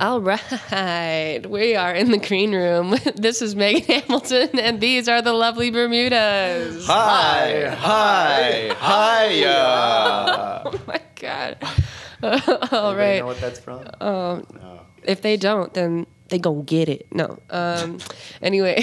All right. We are in the green room. This is Megan Hamilton, and these are the lovely Bermudas. Hi, hi, hiya. Oh my God. uh. All Anybody right. Uh, know what that's from? If they don't, then they gonna get it. No. Um, anyway,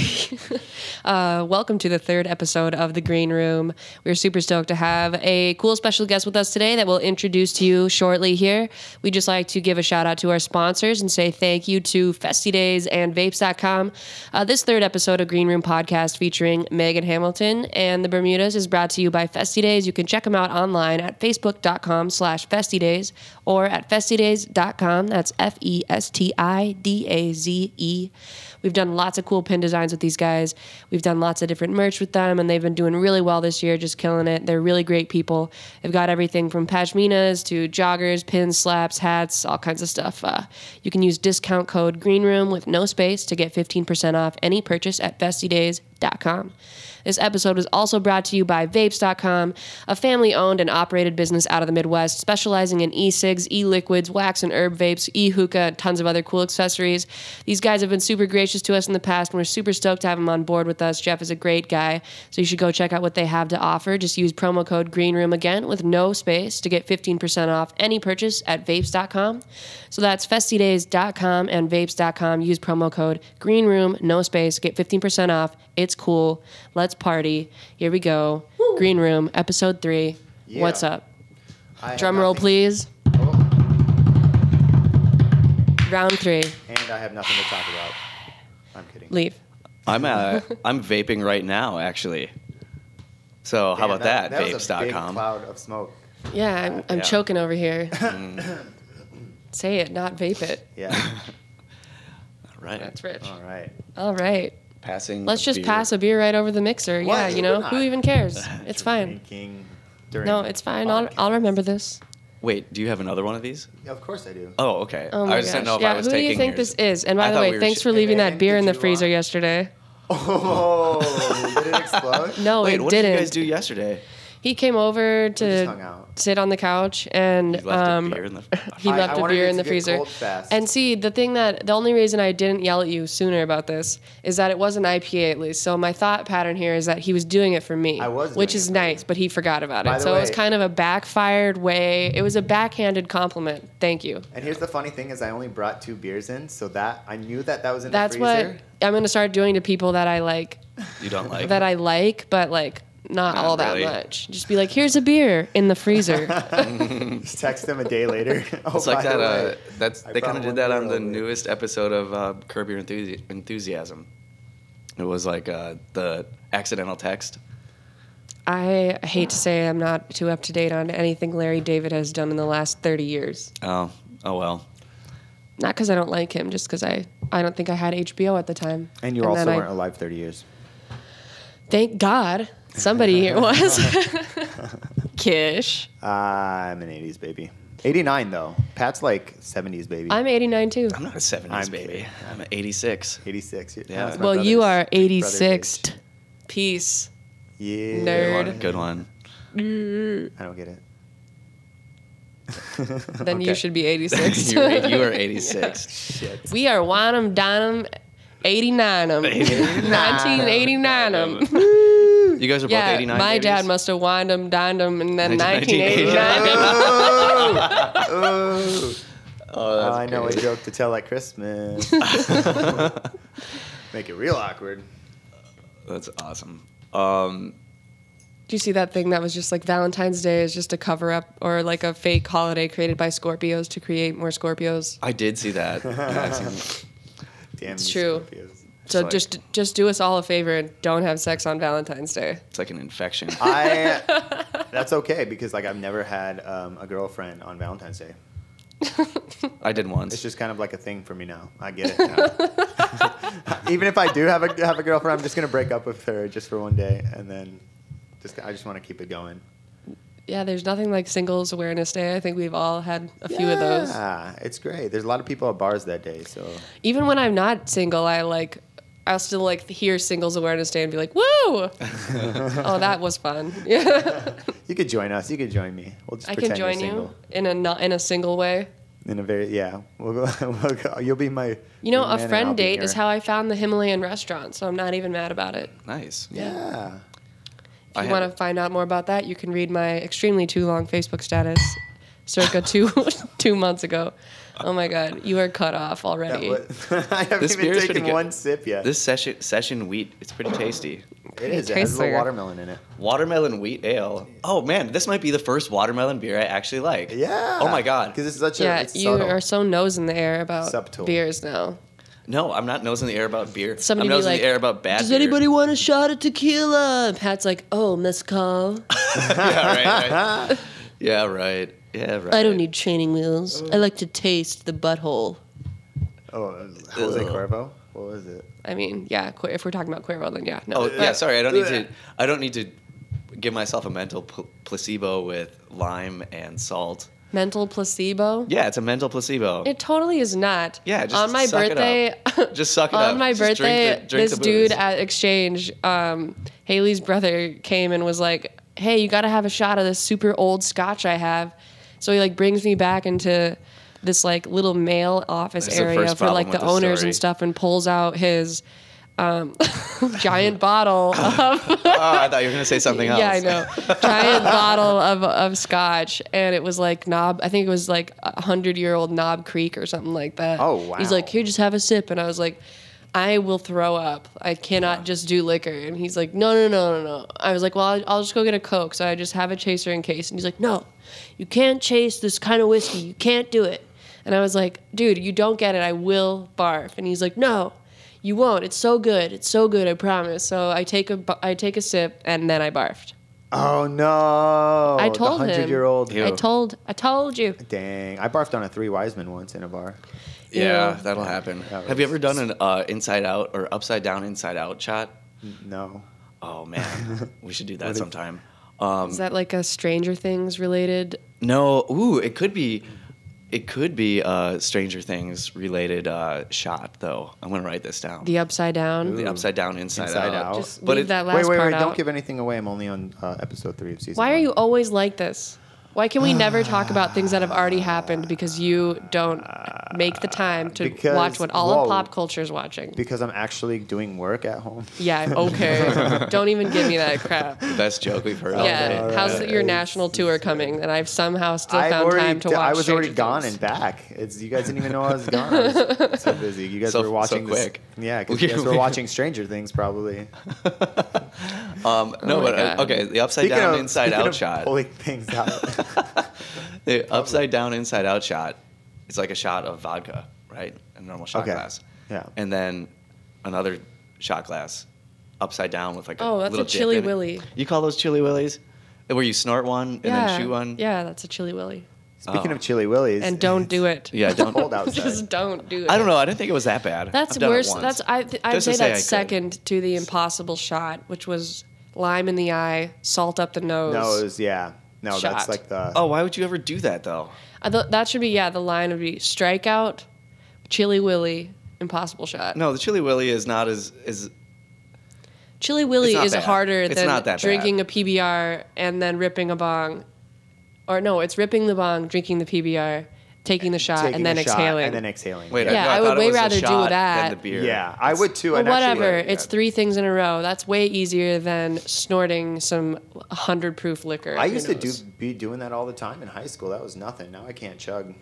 uh, welcome to the third episode of The Green Room. We're super stoked to have a cool special guest with us today that we'll introduce to you shortly here. we just like to give a shout out to our sponsors and say thank you to Festy Days and Vapes.com. Uh, this third episode of Green Room Podcast featuring Megan Hamilton and the Bermudas is brought to you by Festy Days. You can check them out online at facebook.com slash Festy Days or at festydays.com. That's F E S T I D A Z E. We've done lots of cool pin designs with these guys. We've done lots of different merch with them, and they've been doing really well this year, just killing it. They're really great people. They've got everything from pashminas to joggers, pins, slaps, hats, all kinds of stuff. Uh, you can use discount code GREENROOM with no space to get 15% off any purchase at festydays.com. This episode was also brought to you by Vapes.com, a family owned and operated business out of the Midwest specializing in e cigs, e liquids, wax and herb vapes, e hookah, and tons of other cool accessories. These guys have been super gracious to us in the past, and we're super stoked to have them on board with us. Jeff is a great guy, so you should go check out what they have to offer. Just use promo code GREENROOM again with no space to get 15% off any purchase at Vapes.com. So that's festydays.com and Vapes.com. Use promo code GREENROOM, no space, get 15% off. It's cool. Let's party. Here we go. Green Room, episode three. Yeah. What's up? I have Drum roll, nothing- please. Oh, Round three. and I have nothing to talk about. I'm kidding. Leave. I'm uh, I'm vaping right now, actually. So how Damn, about that, that was a big vapes.com? cloud of smoke. Yeah, I'm, I'm Yeah. choking over here. Say it, not vape it. Yeah. Right. That's rich. All right. All right. Passing. Let's a just beer. pass a beer right over the mixer. Yeah, Why you know, would who I? even cares? It's fine. Drinking during No, it's fine. I'll, I'll podcast. remember this. Wait, do you have another one of these? Of course I do. Oh, okay. Oh my I just gosh. didn't know if yeah, I was who do taking you think yours. this is? And I by the thought way, we were thanks sh- for leaving that Megan, beer in did the uh, you freezer want- yesterday. Oh, did it explode? No, Wait, it what didn't. did you guys do yesterday? He came over just hung to out. sit on the couch and You left um, a beer in the. he I- left I a wanted beer it in the to get freezer. cold fast. And see, the thing that the only reason I didn't yell at you sooner about this is that it was an IPA at least. So my thought pattern here is that he was doing it for me, I was which doing is it for nice, but he forgot about By it. the So it was way- kind of a backfired way. It was a backhanded compliment. Thank you. And here's the funny thing is I only brought two beers in, so that I knew that that was in That's the what freezer. I'm going to start doing to people that I like you don't like. that I like, but like not, Not all that really. much. Just be like, here's a beer in the freezer. Just text them a day later. Oh, It's by like the that. Uh, way. that's I they kind brought of one did that beer on the over. newest episode of uh, Curb Your Enthusi- Enthusiasm. It was like uh, the accidental text. I hate to say I'm not too up to date on anything Larry David has done in the last 30 years. Oh, oh well. Not because I don't like him, just because I, I don't think I had HBO at the time. And you then also I- weren't alive 30 years. Thank God somebody here was. Kish. Ah, I'm an 80s baby. 89 though. Pat's like 70s baty I'm 89 too. I'm not a 70s I'm baby. kidding. I'm an 86. 86. Yeah. Yeah. it's my Well, you are brother's- brother's 86th. Peace. age. Yeah. Nerd. Good one. Good one. I don't get it. Then you Okay. should be 86. you, were- you were 86. Shit. we are Wanham, Donham, 89 em 1989 em You guys are Yeah, both 89. my babies? dad must have wined him, dined him, and then 1989 1989. him. Oh, Oh, that's I know a crazy. joke to tell at Christmas. Make it real awkward. That's awesome. Um, Do you see that thing that was just like Valentine's Day is just a cover up or like a fake holiday created by Scorpios to create more Scorpios? I did see that. Yeah, I've seen- Damn. It's these true. Scorpios. So like- just just do us all a favor and don't have sex on Valentine's Day. it's like an infection. I. That's okay because like I've never had um, a girlfriend on Valentine's Day. I did once. It's just kind of like a thing for me now. I get it now. Even if I do have a have a girlfriend, I'm just gonna break up with her just for one day, and then just I just want to keep it going. Yeah, there's nothing like Singles Awareness Day. I think we've all had a few of those. Yeah, it's great. There's a lot of people at bars that day, so Even when I'm not single, I like I'll still like hear Singles Awareness Day and be like, "Woo!" oh, that was fun. Yeah, you could join us. You could join me. We'll just I can pretend join you're single. you in a not in a single way. in a very yeah. We'll go, we'll go, you'll be my. You know, your man a and I'll friend be date is your- how I found the Himalayan restaurant, so I'm not even mad about it. Nice. Yeah. If I you had- want to find out more about that, you can read my extremely too long Facebook status, circa two two months ago. Oh my god, you are cut off That already. was- I haven't This beer even is pretty taken good. one sip yet. This session session wheat, it's pretty tasty. it is. tastes It has a little like- watermelon in it. Watermelon wheat ale. Oh man, this might be the first watermelon beer I actually like. Yeah. Oh my god. Because it's such a. yeah, it's you subtle. are so nose in the air about Subtle. beers now. No, I'm not nosing the air about beer. Somebody I'm be nosing like, the air about bad Does beer." anybody want a shot of tequila? And Pat's like, oh, mezcal. yeah, right, right. Yeah, right. Yeah, right. I don't need training wheels. I like to taste the butthole. Oh, it was Jose Ugh. Cuervo. What was it? I mean, yeah. Qu- if we're talking about Cuervo, then yeah. No. Oh yeah, sorry. I don't need to. I don't need to give myself a mental pl- placebo with lime and salt. Mental placebo. Yeah, it's a mental placebo. It totally is not. Yeah, just on my suck it birthday. up. Just suck it on up. my Just drink birthday, the- drink this the dude booze. at exchange, um, Haley's brother came and was like, "Hey, you got to have a shot of this super old Scotch I have." So he like brings me back into this like little mail office That's the area first for like problem the with the owners story. and stuff, and pulls out his um, giant bottle of Ah, I thought you were gonna say something else. yeah, I know. Giant bottle of, of scotch, and it was like knob. I think it was like a hundred year old Knob Creek or something like that. Oh, He's wow. like, here, just have a sip, and I was like, I will throw up. I cannot just do liquor. And he's like, no, no, no, no, no. I was like, well, I'll, I'll just go get a coke. So I just have a chaser in case. And he's like, no, you can't chase this kind of whiskey. You can't do it. And I was like, dude, you don't get it. I will barf. And he's like, no. You won't. It's so good. It's so good. I promise. So I take a bu- I take a sip and then I barfed. Oh no! I told Oh, the him. year old. Ew. I told I told you. Dang! I barfed on a three wise men once in a bar. Yeah, Yeah. that'll happen. That Have you was- ever done an uh, inside out or upside down inside out shot? No. Oh man, we should do that if- sometime. Um, Is that like a Stranger Things related? No, ooh, it could be, it could be uh, Stranger Things related uh, shot though. I'm gonna write this down. The Upside Down. The upside down, inside, Mm. Inside out. Out. Just But leave it- that last Wait, wait, part wait! out. Don't give anything away. I'm only on uh, episode three of season. Why are one. you always like this? Why can we never talk about things that have already happened because you don't make the time to Because- watch what all whoa. of pop culture is watching? Because I'm actually doing work at home. Yeah, okay. don't even give me that crap. The best joke we've heard. all yeah, day. how's right. your national tour coming? And I've somehow still I've found already, time to d- watch. I was already Stranger gone Things. and back. It's you guys didn't even know I was gone. I was so busy. You guys So- were watching so this- quick. yeah, because you We- guys were we- watching Stranger Things probably. Um, no, Oh my but uh, God. okay. The upside down, inside speaking out of shot. Pulling things out. The upside down, inside out shot. It's like a shot of vodka, right? A normal shot Okay. glass. Yeah. And then another shot glass, upside down with like a Oh, that's a little dip chili in it. willy. You call those chili willies? Where you snort one and yeah, then shoot one? Yeah, that's a chilly willy. Speaking Oh. of chili willies, And don't do it. Yeah, don't. cold outside. Just don't do it. I don't know. I didn't think it was that bad. That's I've done it worse. once. That's I. Th- I'd Just to say say I that's could. second to the impossible shot, which was lime in the eye, salt up the nose. nose, yeah, no, Shot. that's like the Oh, why would you ever do that though? I thought that should be yeah. The line would be strikeout, chili willy, impossible shot. No, the chili willy is not as is. chili willy It's not is bad. harder It's than not that bad. drinking a PBR and then ripping a bong, or no, it's ripping the bong, drinking the PBR, taking the shot, taking and then a shot exhaling. and then exhaling. Wait, Yeah, no, I thought would it way was the rather do shot that. than the beer. yeah, I would too. well, and actually- whatever. yeah. It's three things in a row. That's way easier than snorting some hundred proof liquor. I Who used to do knows? be doing that all the time in high school. That was nothing. Now I can't chug.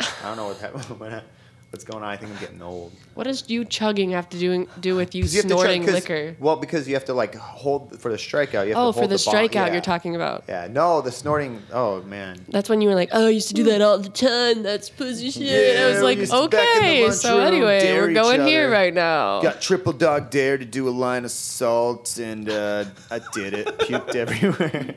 I don't know what happened. when I- What's going on? I think I'm getting old. What does you chugging have to do do with you 'Cause you have to chug- snorting 'cause- liquor? Well, because you have to like hold for the strikeout. Oh, You have to hold for the, bong- strikeout yeah. you're talking about. Yeah, no, the snorting. Oh man. That's when you were like, "Oh, I used to do that all the time. That's pussy shit." And I was Yeah, like, we used to back in the "Okay, so lunchroom, anyway, dare we're each going here other. right now." Got triple dog dare to do a line of salt, and uh, I did it. Puked everywhere.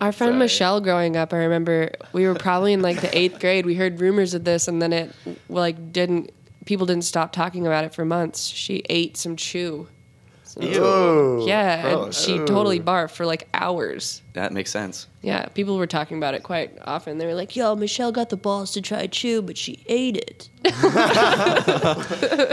Our friend Sorry. Michelle, growing up, I remember we were probably in like the eighth grade. We heard rumors of this, and then it like didn't. People didn't stop talking about it for months. She ate some chew. So- Oh, yeah, and gross. she totally barfed for like hours. That makes sense. Yeah, people were talking about it quite often. They were like, "Yo, Michelle got the balls to try chew, but she ate it."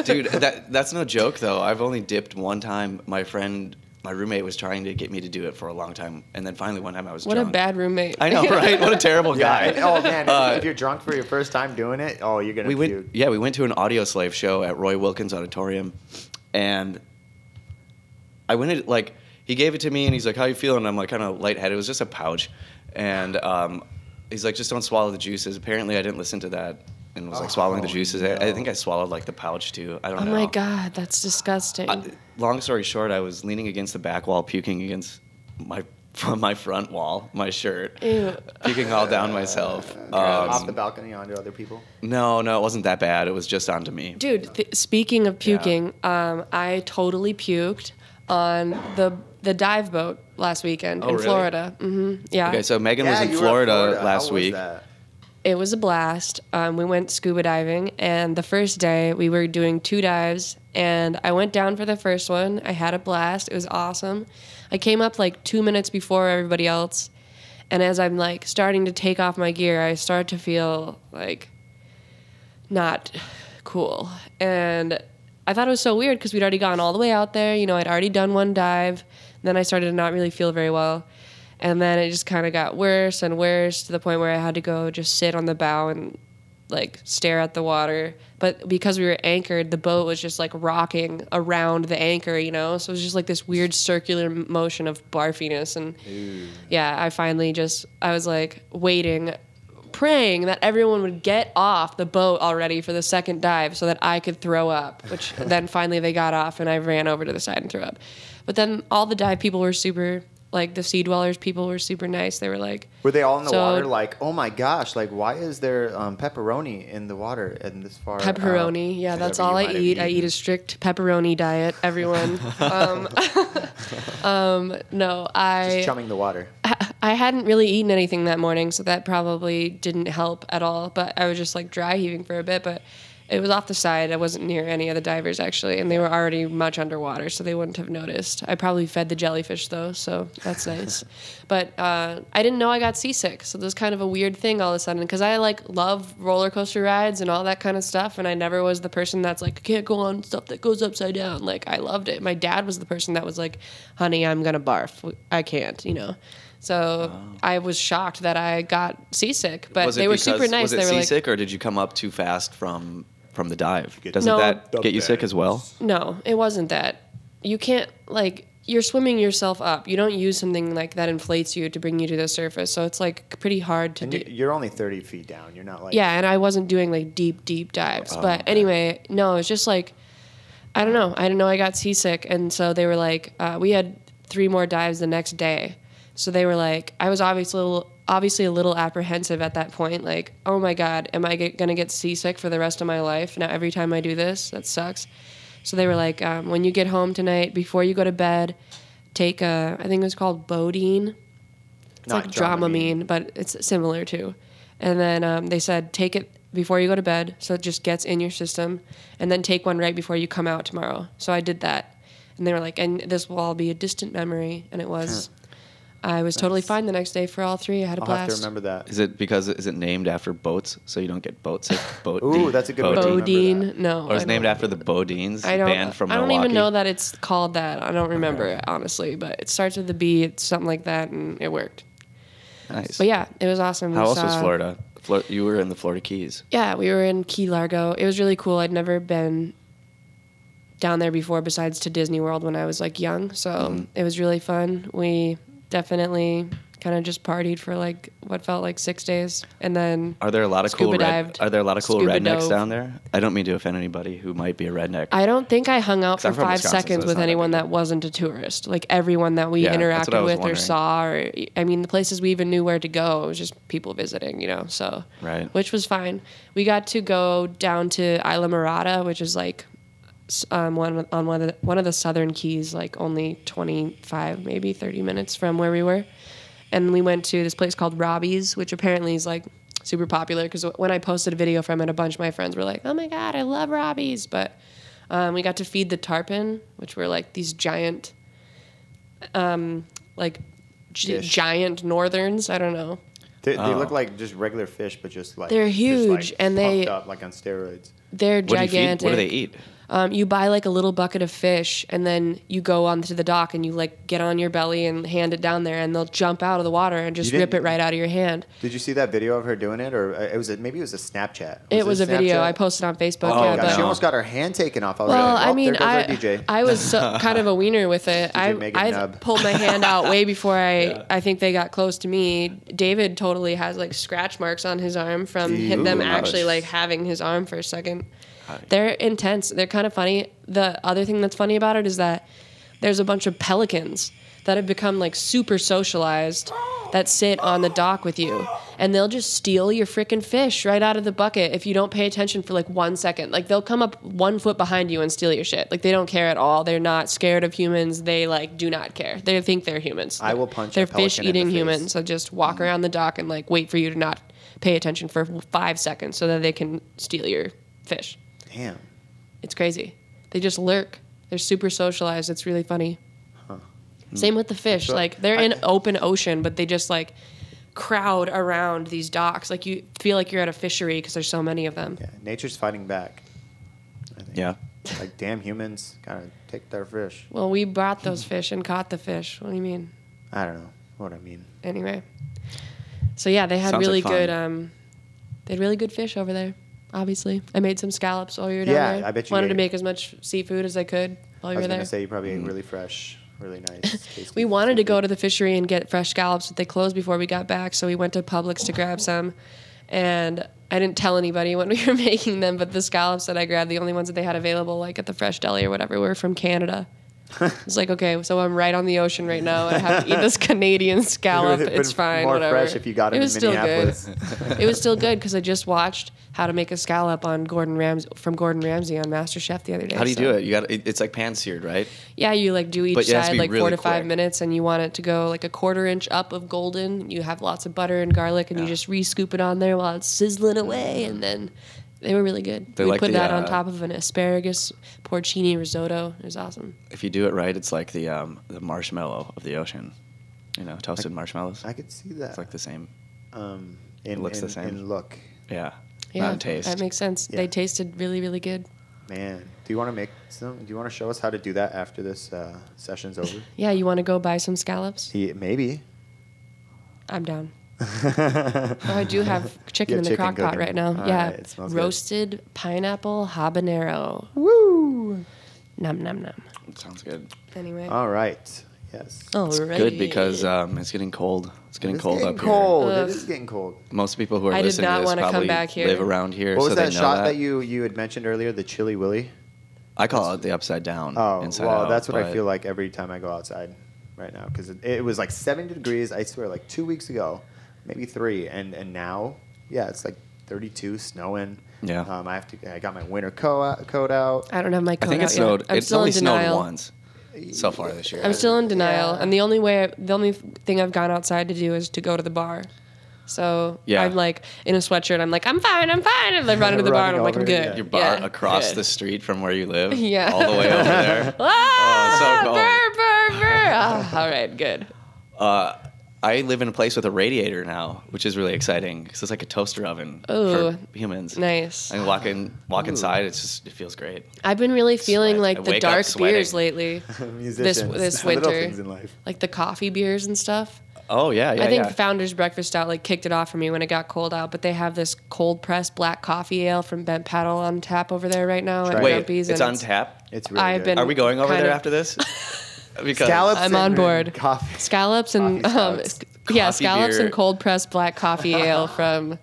Dude, that that's no joke though. I've only dipped one time. My friend my roommate was trying to get me to do it for a long time, and then finally one time I was What drunk. a bad roommate. I know, right? What a terrible guy. Yeah. Oh man, Uh, if you're drunk for your first time doing it, oh, you're gonna we went puke. yeah we went to an audio slave show at roy wilkins auditorium and i went in like he gave it to me and he's like how you feeling i'm like kind of lightheaded it was just a pouch and um, he's like just don't swallow the juices apparently i didn't listen to that and was like swallowing the Oh, juices I, I think i swallowed like the pouch too i don't Oh know my god, that's disgusting. I, long story short i was leaning against the back wall puking against my from my front wall my shirt Ew. puking all down myself off um, the balcony onto other people. no no it wasn't that bad it was just onto me Dude, th- speaking of puking, um, I totally puked on the the dive boat last weekend Oh, in really? Florida. hmm Yeah. Okay, so Megan was in you were at Florida, last How was week. that? it was a blast. Um, we went scuba diving, and the first day we were doing two dives, and I went down for the first one. I had a blast. It was awesome. I came up like two minutes before everybody else, and as I'm like starting to take off my gear, I start to feel like not cool. And I thought it was so weird because we'd already gone all the way out there. You know, I'd already done one dive. Then I started to not really feel very well. And then it just kind of got worse and worse to the point where I had to go just sit on the bow and like stare at the water. But because we were anchored, the boat was just like rocking around the anchor, you know? So it was just like this weird circular m- motion of barfiness. And yeah, I finally just, I was like waiting, praying that everyone would get off the boat already for the second dive so that I could throw up, which then finally they got off and I ran over to the side and threw up. But then all the dive people were super, like the sea dwellers people were super nice. They were like, Were they all in the So- water? Like, oh my gosh! Like, why is there um, pepperoni in the water and this far? out?" Pepperoni, yeah, that's whatever all you I might have eat. I eaten. eat a strict pepperoni diet. Everyone, um, um, no, I Just chumming the water. I hadn't really eaten anything that morning, so that probably didn't help at all. But I was just like dry heaving for a bit, but it was off the side. I wasn't near any of the divers actually, and they were already much underwater, so they wouldn't have noticed. I probably fed the jellyfish though, so that's nice. but uh, I didn't know I got seasick, so there's kind of a weird thing all of a sudden because I like love roller coaster rides and all that kind of stuff, and I never was the person that's like I can't go on stuff that goes upside down. Like I loved it. My dad was the person that was like, "Honey, I'm gonna barf. I can't," you know. So I was shocked that I got seasick, but Ah. Was it they were because- super nice. Was it they were seasick, or did you come up too fast from from the dive? Get Doesn't No. that the get you sick as well? like, no, it wasn't that. You can't like you're swimming yourself up. You don't use something like that inflates you to bring you to the surface. So it's like pretty hard to And do. you- you're only thirty feet down. You're not like yeah, and I wasn't doing like deep deep dives. but anyway, no, it's just like I don't know. I didn't know I got seasick, and so they were like, uh, we had three more dives the next day. So they were like, I was obviously a little, obviously a little apprehensive at that point, like, oh my god, am I get, gonna get seasick for the rest of my life? Now every time I do this, that sucks. So they were like, um, when you get home tonight, before you go to bed, take a, I think it was called Bodine. It's Not like Dramamine, but it's similar to. And then um, they said take it before you go to bed, so it just gets in your system, and then take one right before you come out tomorrow. So I did that, and they were like, "And this will all be a distant memory," and it was. I was totally fine the next day for all three. I had a I'll have to blast. remember that. Is it because is it named after boats, so you don't get boat sick? Boat. Ooh, that's a good one. Bodine. remember that. Bodine, no, Or I it's Oh, named don't- after the Bodines I don't. band from I don't Milwaukee. even know that it's called that. I don't remember it, honestly, but it starts with a B. It's something like that, and it worked. Nice. But yeah, uh, it was awesome. We How else was saw- Florida? Flor- you were in the Florida Keys. Yeah, we were in Key Largo. It was really cool. I'd never been down there before besides to Disney World when I was like young. So Mm-hmm. it was really fun. We definitely kind of just partied for like what felt like six days. And then Are there a lot of cool Scuba red, dived. Are there a lot of cool Scuba rednecks dove. down there? I don't mean to offend anybody who might be a redneck. I don't think I hung out 'Cause for I'm from five Wisconsin, so seconds it's with not that anyone big that wasn't a tourist. Like everyone that we Yeah, that's what I interacted was with or wondering. saw, or I mean, the places we even knew where to go, it was just people visiting, you know. So Right. which was fine. We got to go down to Isla Morada, which is like s- um, one on one of the, one of the southern keys, like only twenty five, maybe thirty minutes from where we were. And we went to this place called Robbie's, which apparently is like super popular because when I posted a video from it, a bunch of my friends were like, "Oh my god, I love Robbie's!" But um, we got to feed the tarpon, which were like these giant, um, like gi- Fish. giant northerns. I don't know. They, they Oh. look like just regular fish, but just like They're just, like, huge, and they- pumped up like on steroids. They're what do you gigantic. feed? What do they eat? Um, you buy like a little bucket of fish, and then you go onto the dock and you like get on your belly and hand it down there, and they'll jump out of the water and just You rip didn't- it right out of your hand. Did you see that video of her doing it, or uh, it was a, maybe it was a Snapchat? it was a video Snapchat? I posted on Facebook. Oh, yeah, God, but, she almost got her hand taken off. I was Well, like, well, I mean, Oh, there goes I our DJ. I was so, kind of a wiener with it. I Megan I Nubb. pulled my hand out way before I I think they got close to me. David totally has like scratch marks on his arm from hit Ooh, them ouch. actually like having his arm for a second. They're intense. They're kind of funny. The other thing that's funny about it is that there's a bunch of pelicans that have become like super socialized that sit on the dock with you and they'll just steal your freaking fish right out of the bucket if you don't pay attention for like one second like they'll come up one foot behind you and steal your shit like they don't care at all they're not scared of humans they like do not care they think they're humans I will punch a they're pelican in the fish eating face. humans so just walk around the dock and like wait for you to not pay attention for five seconds so that they can steal your fish Damn. it's crazy. They just lurk. They're super socialized. It's really funny. Same Hmm. with the fish. what- Like they're in open ocean, but they just like crowd around these docks. Like you feel like you're at a fishery because there's so many of them. Yeah, nature's fighting back. I think. Yeah. Like damn humans, gotta take their fish. Well, we brought those fish and caught the fish. What do you mean? I don't know what I mean. Anyway. So yeah, they had Sounds really like fun. good. Um, they had really good fish over there. Obviously, I made some scallops while you were down Yeah, there. I bet you wanted did. to make as much seafood as I could while I you was were gonna there. say you probably ate really fresh, really nice. tasty Mm. We wanted to seafood. go to the fishery and get fresh scallops, but they closed before we got back, so we went to Publix to grab some. And I didn't tell anybody when we were making them, but the scallops that I grabbed, the only ones that they had available, like at the fresh deli or whatever, were from Canada. It's like okay, so I'm right on the ocean right now. I have to eat this Canadian scallop. It would've it's been fine. More whatever. fresh if you got it, it was in still good. Minneapolis. it was still good because I just watched how to make a scallop on Gordon Rams from Gordon Ramsay on MasterChef the other day. How do you so- do it? You got it, it's like pan seared, right? yeah, you like do each But it has to side be like four really to five quick. minutes, and you want it to go like a quarter inch up of golden. You have lots of butter and garlic, and you just re scoop it on there while it's sizzling away, and then they were really good. They we like put the, that on uh, top of an asparagus porcini risotto. It was awesome. If you do it right, it's like the um, the marshmallow of the ocean. You know, toasted marshmallows. I could see that. It's like the same. Um, in, looks in, the same. In look, Yeah. Yeah, Not in taste. that makes sense. Yeah. They tasted really, really good. man. Do you want to make some? Do you want to show us how to do that after this uh, session's over? Yeah, you want to go buy some scallops? He, maybe. I'm down. oh, Oh, I do have chicken Yeah, in the chicken crock pot cooking. right now. All yeah, right, it smells good. roasted pineapple habanero. Woo! Num num num. Sounds good. Anyway, All right. Yes. it's Good because um, it's getting cold. It's getting It's cold getting up cold. Ugh. It is getting cold. here. Most people who are I did listening not to this wanna come probably back here. live around here, What was so that they know shot that. that. you you had mentioned earlier? The chili willy. I call it the upside down. Oh, inside well, out, that's what I but- feel like every time I go outside right now because it, it was like seven degrees. I swear, like two weeks ago, maybe three, and and now, yeah, it's like thirty-two, snowing. Yeah. Um, I have to. I got my winter coat coat out. I don't have my I coat think out it yet. snowed. I'm It's still only in denial. snowed once so far this year. I'm still in denial, Yeah. and the only way, the only thing I've gone outside to do is to go to the bar. So Yeah. I'm like in a sweatshirt. I'm like, I'm fine, I'm fine. And I run into the bar, and I'm like, I'm Running over, good. yeah. your bar Yeah, across good. the street from where you live. Yeah. All the way over there. Ah, oh, so cold. burr, burr, burr. Ah, all right, good. Uh, I live in a place with a radiator now, which is really exciting because it's like a toaster oven Ooh. for humans. Nice. I can walk in, walk inside. It's just it feels great. I've been really feeling Sweat. I like the wake up dark sweating. beers lately, Musicians, this little winter. things in life. like the coffee beers and stuff. Oh yeah, yeah, I think yeah. Founders Breakfast Stout like kicked it off for me when it got cold out, but they have this cold pressed black coffee ale from Bent Paddle on tap over there right now. at Try it. Wait, Grumpy's, it's and on tap. It's really I've good. been- Are we going over Kind there of. after this? because scallops? I'm on and board. Coffee. scallops and Coffee um, scallops. sc- yeah, Coffee scallops beer. and cold pressed black coffee ale from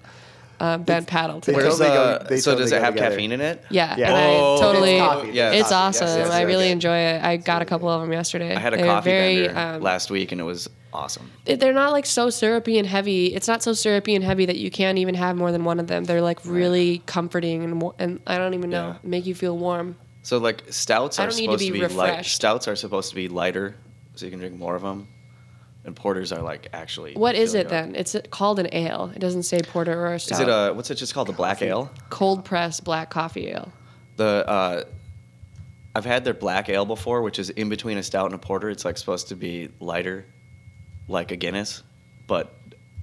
uh, Ben Paddle today. Where's They totally the- go- they so totally does it go have together. caffeine in it? Yeah, Yeah. and I Oh, totally. It's coffee. Yeah, it's it's coffee. awesome. Yes, yes, I yes, really yes. enjoy it. I got a couple of them yesterday. I had a They're coffee very, vendor um, last week and it was awesome. They're not like so syrupy and heavy. It's not so syrupy and heavy that you can't even have more than one of them. They're like really comforting and wa- and I don't even know, Yeah. make you feel warm. So like stouts I are don't need to supposed to be be, light. refreshed. Stouts are supposed to be lighter, so you can drink more of them. And porters are like actually. What is filling it up. then? It's uh, called an ale. It doesn't say porter or a Is stout. it a what's it just called? The black ale. cold pressed black coffee ale? The uh, I've had their black ale before, which is in between a stout and a porter. It's like supposed to be lighter, like a Guinness, but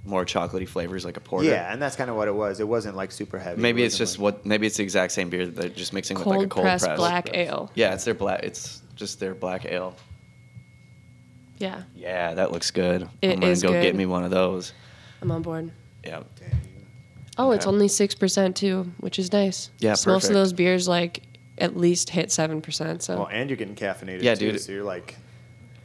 more chocolatey flavors, like a porter. Yeah, and that's kind of what it was. It wasn't like super heavy. Maybe It it's wasn't, just like- what. Maybe it's the exact same beer that they're just mixing Cold, with like a cold press. pressed black ale. Yeah, it's their black. It's just their black ale. Yeah, Yeah, that looks good. It I'm gonna is go good. get me one of those. I'm on board. Yeah. Dang. Oh, it's Okay. only six percent too, which is nice. Yeah, So most of perfect. those beers like at least hit seven percent. So Well, and you're getting caffeinated. Yeah, too, dude. So you're like,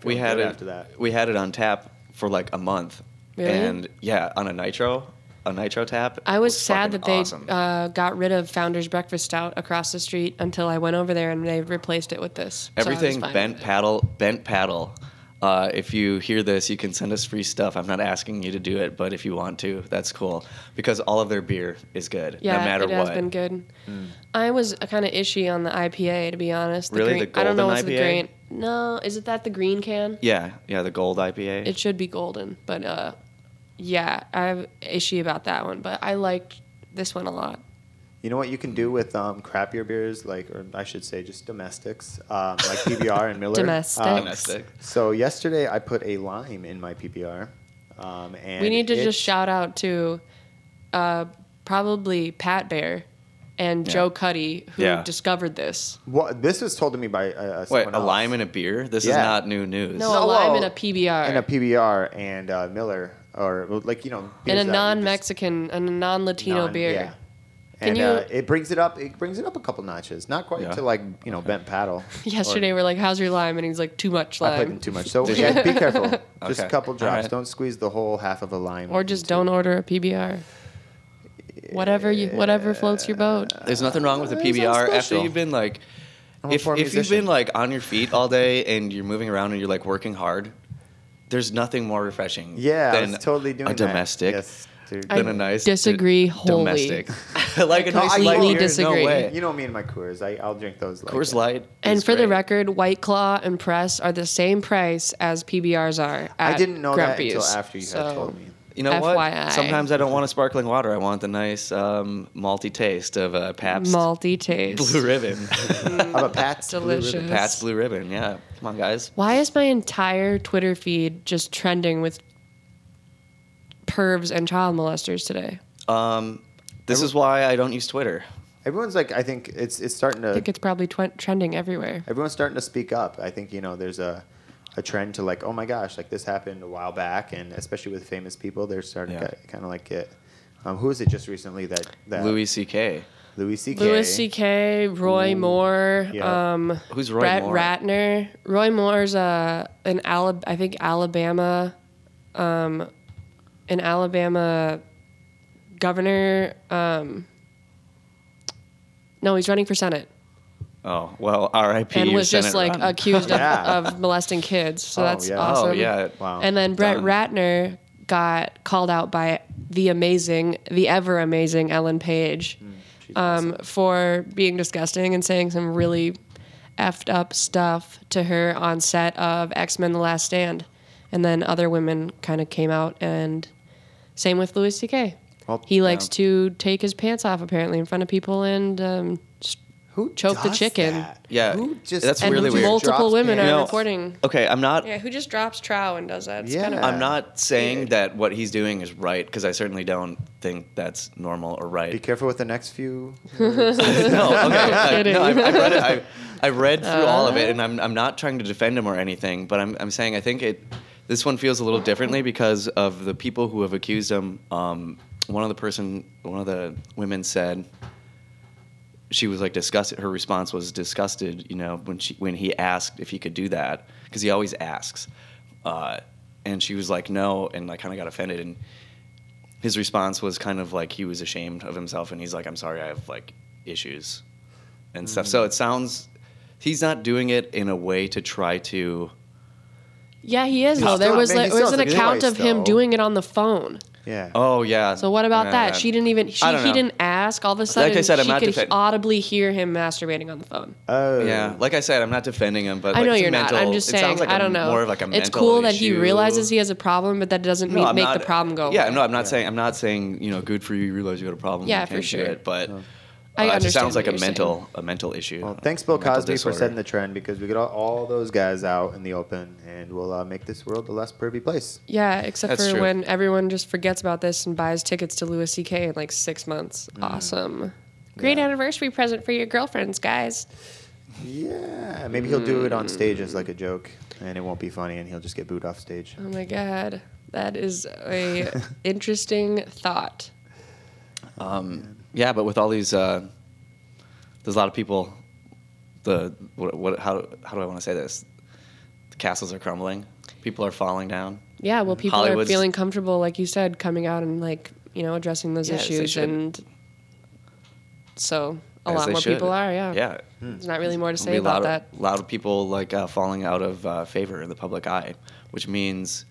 we feeling had good it after that. We had it on tap for like a month. Really? And yeah, on a nitro, a nitro tap. I It was, sad fucking that they awesome. uh, got rid of Founder's Breakfast Stout across the street until I went over there and they replaced it with this. So I was everything fine with bent it. paddle bent paddle. Uh, if you hear this, you can send us free stuff. I'm not asking you to do it, but if you want to, that's cool because all of their beer is good, Yeah, no matter it what. has Mm. been good. I was kind of ishy on the IPA to be honest. Really? green, The I don't know golden what's the IPA? green. No, is it that the green can? Yeah, yeah, the gold IPA. It should be golden, but uh, yeah, I'm ishy about that one. But I liked this one a lot. You know what you can do with um, crappier beers, like, or I should say, just domestics, um, like PBR and Miller. Domestics. Um, Domestic. so yesterday I put a lime in my PBR, um, and we need to it- just shout out to uh, probably Pat Bear and Yeah. Joe Cuddy who Yeah. discovered this. Well, this was told to me by uh, uh, Wait, someone a else. lime and a beer? This is Yeah. not new news. No, No, a lime well, and a PBR. and a PBR and uh, Miller, or well, like you know, and a beers that you just- non-Mexican and a non-Latino non- beer. Yeah. Can And you- uh, it brings it up. It brings it up a couple notches, not quite Yeah. to like you know bent paddle. or- Yesterday we're like, "How's your lime?" and he's like, "Too much I put lime." in too much. So Did yeah, you? be careful. Just Okay. a couple All drops. right. Don't squeeze the whole half of a lime. or just into- don't order a PBR. Whatever you, whatever floats your boat. There's nothing wrong with a Uh, it's not PBR after special. you've been like, I'm a if, poor if you've musician. been like on your feet all day and you're moving around and you're like working hard, there's nothing more refreshing. Yeah, I than was totally doing a domestic. That. Yes, dude. I Than a nice disagree d- wholly. Domestic, like a nice completely light beer, disagree. No way. you know me and my Coors. I I'll drink those. Like Coors that. Light. And is for the great. record, White Claw and Press are the same price as PBRs are. I at didn't know Grumpy's. that until after you So- had told me. you know FYI. what? Sometimes I don't want a sparkling water. I want the nice um, malty taste of a Pabst Malty taste. Blue Ribbon. How about Pat's? Blue Mm, Ribbon? Delicious. Pabst Blue Ribbon. Yeah, come on, guys. Why is my entire Twitter feed just trending with pervs and child molesters today? Um, this is why I don't use Twitter. Everyone's like, I think it's it's starting I to. think it's probably tw- trending everywhere. everyone's starting to speak up. I think you know there's a a trend to like, oh my gosh, like this happened a while back, and especially with famous people, they're starting Yeah. to kind of like get. Um, who was it just recently that that Louis C.K. Louis C.K. Louis C.K., Roy Moore, Yeah. um, Who's Roy Brett Moore? Ratner. Roy Moore's uh, an Alab- I think Alabama, um, an Alabama governor. Um, no, he's running for senate Oh well, R.I.P. and your was just Senate like run. accused Yeah. of, of molesting kids. So Oh, that's yeah. Oh, awesome. Oh yeah, Wow. And then Brett Done. Ratner got called out by the amazing, the ever amazing Ellen Page um, for being disgusting and saying some really effed up stuff to her on set of X Men The Last Stand. And then other women kind of came out, and same with Louis C.K. Well, he likes to take his pants off apparently in front of people and um, s- who choke the does chicken. that? Yeah, who just that's and really weird. multiple drops women pants? are You know, reporting. Okay, I'm not. Yeah, who just drops trow and does that? It's kind of Yeah. I'm not saying Weird. that what he's doing is right because I certainly don't think that's normal or right. Be careful with the next few. no, okay, I, Kidding. no, I've, I've read it. I've, I've read through all of it, and I'm I'm not trying to defend him or anything, but I'm I'm saying I think it. This one feels a little differently because of the people who have accused him. Um, one of the person, one of the women said, she was like disgusted. Her response was disgusted. You know, when she when he asked if he could do that because he always asks, uh, and she was like no, and like kind of got offended. And his response was kind of like he was ashamed of himself, and he's like, I'm sorry, I have like issues and stuff. So it sounds he's not doing it in a way to try to. Yeah, he is though. still There not was making like, there was an sales in any account way of him still. doing it on the phone. Yeah. Oh yeah. So what about that? Uh, She didn't even she, I don't he know. didn't ask. All of a sudden, I said, I'm she not could defend- audibly hear him masturbating on the phone. Oh. Yeah, like I said, I'm not defending him, but I like, know it's a you're mental, not. I'm just it saying. sounds like I a- don't know. more of like a it's mental cool that he issue. realizes he has a problem, but that doesn't No, mean, I'm make not- the problem go Yeah, away. no, I'm not saying I'm not saying you know, good for you. You realize you got a problem. Yeah, you for can't do sure. it, but I it just understand sounds like what a you're mental saying. a mental issue. Well, uh, thanks, Bill a mental Cosby, for disorder. setting the trend because we get all, all those guys out in the open, and we'll uh, make this world a less pervy place. Yeah, except That's for true. when everyone just forgets about this and buys tickets to Louis C.K. in like six months. Mm. Awesome. Great Yeah. anniversary present for your girlfriends, guys. Yeah, maybe he'll do Hmm. it on stage as like a joke, and it won't be funny, and he'll just get booed off stage. Oh my god, that is a interesting thought. Um, yeah, but with all these, uh, there's a lot of people. The what, what how how do I want to say this? The castles are crumbling. People are falling down. Yeah, well, people Hollywood's- are feeling comfortable, like you said, coming out and like you know addressing those Yeah, as they issues, should. and so a as lot they more should. people are. Yeah, Yeah. There's not really Oh. Hmm. more to Be say a lot about that. of, lot of people like uh, falling out of uh, favor in the public eye, which means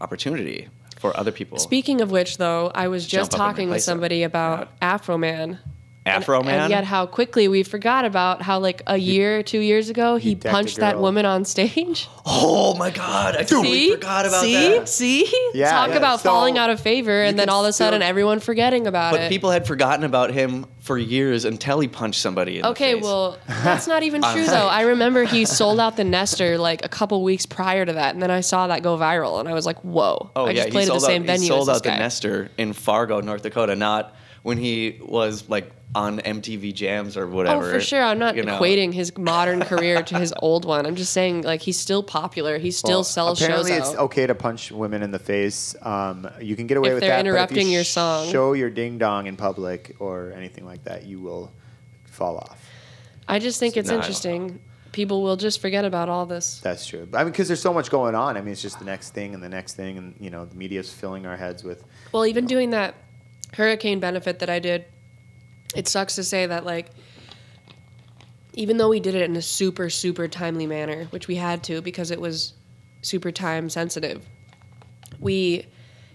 opportunity for other people. Speaking of which, though, I was just jump up and talking with replace it. somebody about Afro Man. Afro And, and man. yet, how quickly we forgot about how, like, a year, two years ago, he decked a punched that girl. woman on stage. oh my god! I See? totally forgot about See? that. See? Yeah, Talk yeah. about So, falling out of favor, and then can all of a sudden, still- everyone forgetting about But it. people had forgotten about him for years until he punched somebody in Okay, the face. well, that's not even true Honestly. though. I remember he sold out the Nestor like a couple weeks prior to that, and then I saw that go viral, and I was like, "Whoa!" Oh I yeah, just played he at the sold same out, venue He sold as out this the guy. Nestor in Fargo, North Dakota, not when he was like on MTV Jams or Oh, whatever. for sure. I'm not you know. equating his modern career to his old one. I'm just saying, like, he's still popular. He still Well, sells shows apparently out. it's okay to punch women in the face. Um, you can get away If with they're that. but if interrupting you your sh- song. show your ding dong in public or anything like that, you will fall off. I just think it's No, I don't interesting. People will just forget about all this. That's true. But, I mean, because there's so much going on. I mean, it's just the next thing and the next thing, and you know, the media's filling our heads with. Well, even doing that hurricane benefit that I did, it sucks to say that like even though we did it in a super super timely manner, which we had to because it was super time sensitive. We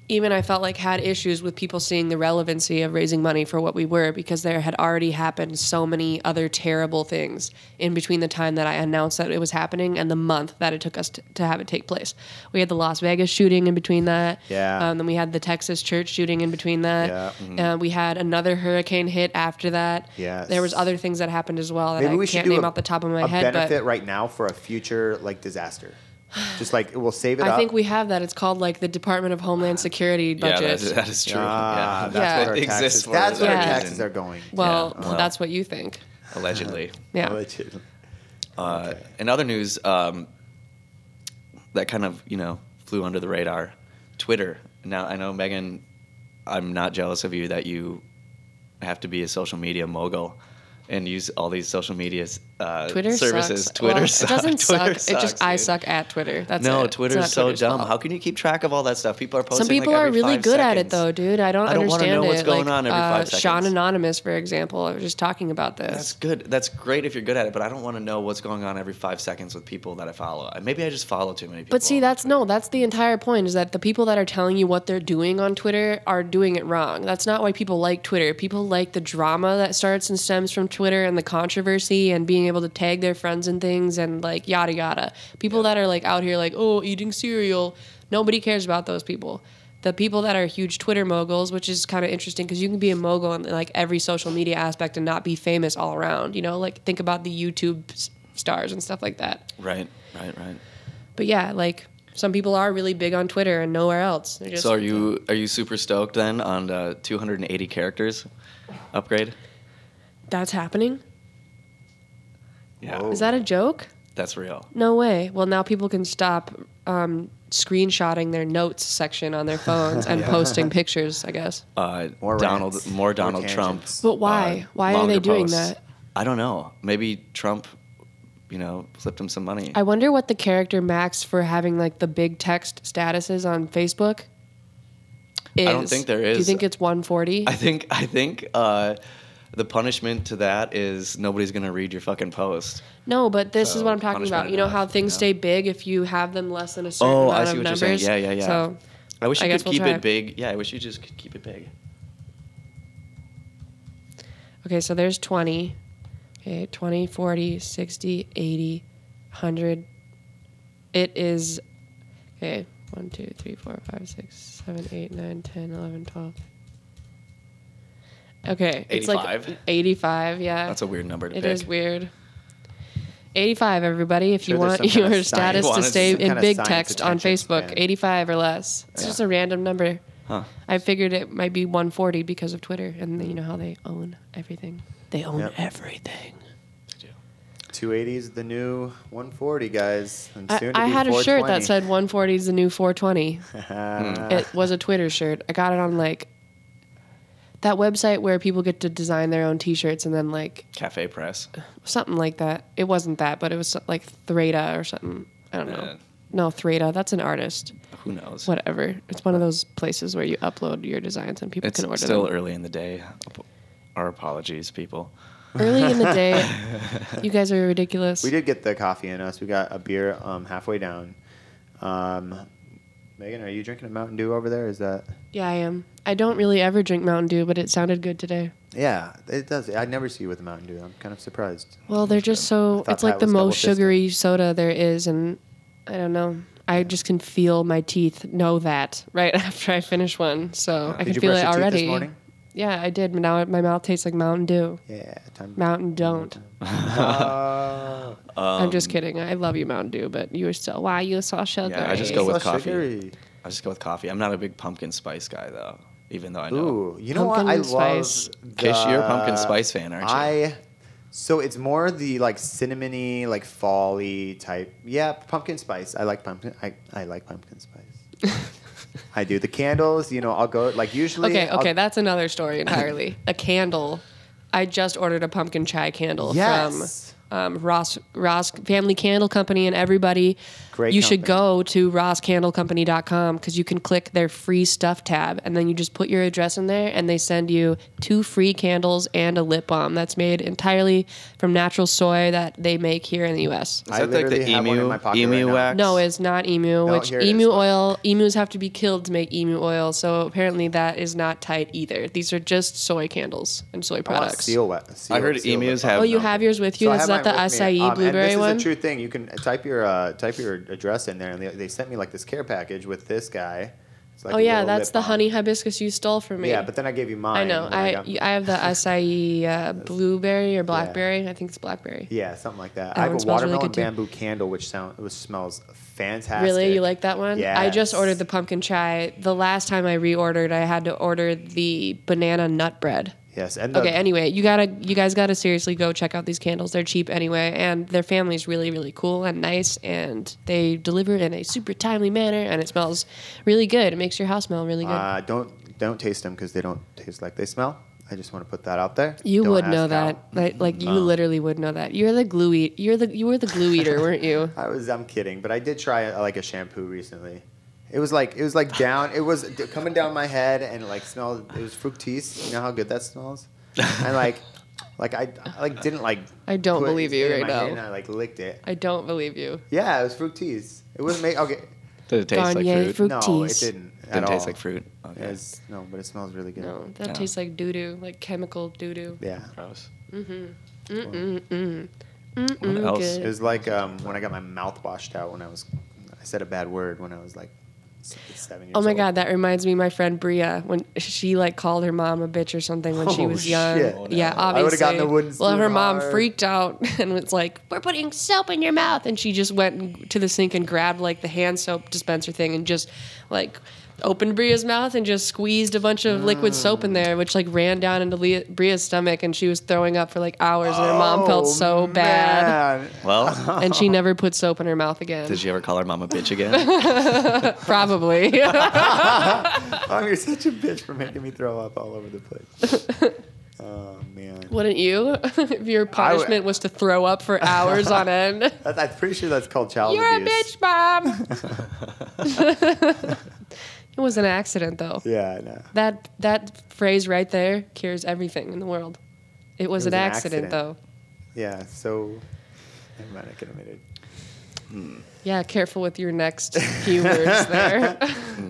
even I felt like had issues with people seeing the relevancy of raising money for what we were because there had already happened so many other terrible things in between the time that I announced that it was happening and the month that it took us to, to have it take place. We had the Las Vegas shooting in between that. Yeah. Um, then we had the Texas church shooting in between that. Yeah. mm-hmm. Uh, we had another hurricane hit after that. Yes. There was other things that happened as well that Maybe I we should can't do name a, off the top of my a head, benefit but right now for a future like disaster. Just like we'll save it I up. think we have that. It's called like the Department of Homeland Security Yeah, budget. that is, that is true. Ah, yeah. that's Yeah. what our It exists taxes. for That's what that our reason. taxes are going. well, Yeah. Wow. that's what you think. allegedly. Yeah. Allegedly. Uh, In other news, um, that kind of you know flew under the radar. Twitter. Now I know Megan. I'm not jealous of you that you have to be a social media mogul and use all these social media uh, Twitter services. sucks. Twitter Well, sucks. It doesn't suck. Twitter It just I dude. suck at Twitter. That's No, it. It's Twitter not is so Twitter's dumb. fault. How can you keep track of all that stuff? People are posting. Some people like, are every really five good at it seconds. though, dude. I don't, I don't wanna understand know what's it. going like, on every uh, five Sean seconds. Anonymous, for example, I was just talking about this. That's good. That's great if you're good at it, but I don't want to know what's going on every five seconds with people that I follow. Maybe I just follow too many people. But see, that's no, that's the entire point is that the people that are telling you what they're doing on Twitter are doing it wrong. That's not why people like Twitter. People like the drama that starts and stems from Twitter and the controversy and being able to tag their friends and things and like yada yada. People that are like out here like, oh, eating cereal. Nobody cares about those people. The people that are huge Twitter moguls, which is kind of interesting because you can be a mogul in like every social media aspect and not be famous all around. You know, like think about the YouTube s- stars and stuff like that. right, right, right. But yeah, like some people are really big on Twitter and nowhere else. They're just, So are you are you super stoked then on uh, 280 characters upgrade? that's happening? Yeah, Whoa. Is that a joke? that's real. No way. Well, now people can stop um, screenshotting their notes section on their phones and posting pictures, I guess. Uh, More Donald, rants, more more Donald Trump. tangents. But why? uh, Why are they longer doing posts. that? I don't know. Maybe Trump, you know, slipped him some money. I wonder what the character max for having like the big text statuses on Facebook is. don't think there Do you is. think it's 140? I think I think uh, the punishment to that is nobody's gonna read your fucking post. No, but this is So, what I'm talking punishment about. You know enough, how things yeah. stay big if you have them less than a certain Oh, amount I see of what numbers. you're saying. Yeah, yeah, yeah. So I wish I you guess could we'll keep try it it. big. Yeah, I wish you just could keep it big. Okay, so there's 20. Okay, 20, 40, 60, 80, 100. It is. Okay, 1, 2, 3, 4, 5, 6, 7, 8, 9, 10, 11, 12. Okay. It's like 85? 85, yeah. That's a weird number to Uh, It pick. is weird. 85, everybody. If Sure, you there's want some kind your of science- status to Wanted stay some in kind of big science text on attention Facebook, span. 85 or less. It's Yeah. just a random number. Huh. I figured it might be 140 because of Twitter, and you know how they own everything. They own Mm. Yep. everything. 280 is the new 140, guys. And I, soon to I be had a shirt that 420. said 140 is the new 420. Ah, it was a Twitter shirt. I got it on like that website where people get to design their own T-shirts and then like Cafe Press. something like that. It wasn't that, but it was like Thrada or something. I don't know. Yeah. No, Thrada. That's an artist. Uh, Who knows? Whatever. It's one of those places where you upload your designs and people It's can order still them. early in the day. Our apologies, people. Early in the day. You guys are ridiculous. we did get the coffee in us. We got a beer um, halfway down. Um, Megan, are you drinking a Mountain Dew over there? Is that? Yeah, I am. I don't really ever drink Mountain Dew, but it sounded good today. Yeah, it does. I never see you with a Mountain Dew. I'm kind of surprised. Well, they're just so. I thought It's like Pat the was double most sugary soda there is, and I don't know. I just can feel my teeth know that right after I finish one, so I can Did you feel it brush your teeth this already. morning? Yeah, I did. but Now it- my mouth tastes like Mountain Dew. Yeah, time. Mountain don't. Oh. I'm just kidding. I love you, Mountain Dew, but you were still. Why you so sugary? Um, Yeah, I just go with So coffee. sugary. I just go with coffee. I'm not a big pumpkin spice guy though, even though I know. Ooh, you know Pumpkin what? I spice. love. The, Kish, you're a pumpkin spice fan, aren't you? I. So it's more the like cinnamony, like folly type. Yeah, pumpkin spice. I like pumpkin. I, I like pumpkin spice. I do the candles. You know, I'll go like usually. Okay, I'll- okay, that's another story entirely. a candle. I just ordered a pumpkin chai candle Yes. from um, Ross Ross Family Candle Company and everybody. Great you should company. go to rosscandlecompany.com because you can click their free stuff tab and then you just put your address in there and they send you two free candles and a lip balm that's made entirely from natural soy that they make here in the U.S. Is I that like the literally have one in emu, my pocket emu right now. wax? No, it's not emu. No, which here it emu is. oil? Emus have to be killed to make emu oil. So apparently that is not tight either. These are just soy candles and soy I want products. seal wet. Seal, I heard seal emus wet. have. oh, you them. have yours with you. So I That's not have the mine with me. acai Um, and blueberry this one. is a true thing. You can type your uh, type your address in there, and they, they sent me like this care package with this guy. It's like oh a yeah, little that's lip the balm. honey hibiscus you stole from me. Yeah, but then I gave you mine. I know. when I got- I have the acai uh, blueberry or blackberry. I think it's blackberry. Yeah, something like that. That I one have a smells really watermelon good, too. bamboo candle, which sound which smells fantastic. Really, you like that one? I just Yes. ordered the pumpkin chai. The last time I reordered, I had to order the banana nut bread. Yes, and the, Okay. Anyway, you gotta, you guys gotta seriously go check out these candles. They're cheap anyway, and their family's really, really cool and nice, and they deliver in a super timely manner, and it smells really good. It makes your house smell really good. uh, don't don't taste them because they don't taste like they smell. I just want to put that out there. you Don't would ask know how. Oh. that, like, like you literally would know that. You're the glue eat. You're the you were the glue eater, weren't you? I was I'm kidding, but I did try uh, like a shampoo recently. It was like it was like down. It was d- coming down my head and like smelled. It was fructis. You know how good that smells. And like, like I I, like didn't like. I don't put believe it you in right my hand now. And I like licked it. I don't believe you. Yeah, it was fructis. It was made okay. Did it taste like Garnier fruit? fruit- No, it Fructis. didn't. at Didn't taste all. like fruit. Okay. It's- no, but it smells really good. No, that No. tastes like doo doo, like chemical doo doo. Yeah. Gross. Mm-mm, else? It good. was like um, when I got my mouth washed out when I was, I said a bad word when I was like s- seven years Oh old. my god, that reminds me. My friend Bria, when she like called her mom a bitch or something when she Oh, was young. shit. Oh, Yeah, no. obviously. I would've gotten the wooden Well, spoon her mom hard. freaked out and was like, "We're putting soap in your mouth," and she just went and- to the sink and grabbed like the hand soap dispenser thing and just like opened Bria's mouth and just squeezed a bunch of liquid soap in there, which like ran down into Lea- Bria's stomach and she was throwing up for like hours and her mom felt so bad. Oh, Man. Well, And she never put soap in her mouth again. did you ever call her mom a bitch again? Probably. Oh, you're such a bitch for making me throw up all over the place. oh man, Wouldn't you? if your punishment was to throw up for hours on end. that, I'm pretty sure that's called child You're a abuse. bitch, mom. it was an accident though. Yeah, no. That that phrase right there cures everything in the world. It was, an, accident, though. Yeah, so never mind, I can admit it. Yeah, careful with your next few words there.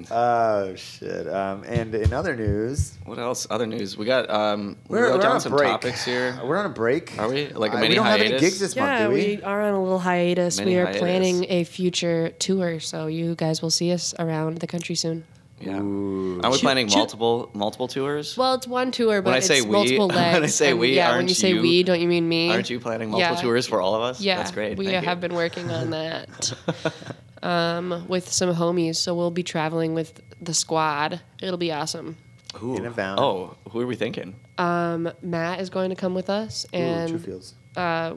Oh shit. Um, and in other news, what else? Other news? We got. Um, we we're, wrote we're on down a some break. topics here. We're on a break. Are we? Like a Uh, mini we don't have any hiatus? gigs this yeah, month, do we are on a little hiatus. Mini we are hiatus. planning a future tour, so you guys will see us around the country soon. Yeah. Ooh. Are we Choo- planning choo- multiple multiple tours? Well, it's one tour, but I say it's we- multiple when legs. I say and, we, yeah, when aren't you say you- we, don't you mean me? Aren't you planning multiple Yeah. tours for all of us? Yeah, that's great. We Thank you. have been working on that um, with some homies, so we'll be traveling with the squad. It'll be awesome. Ooh. In a van. Oh, who are we thinking? Um, Matt is going to come with us, Ooh, True and Fields. uh,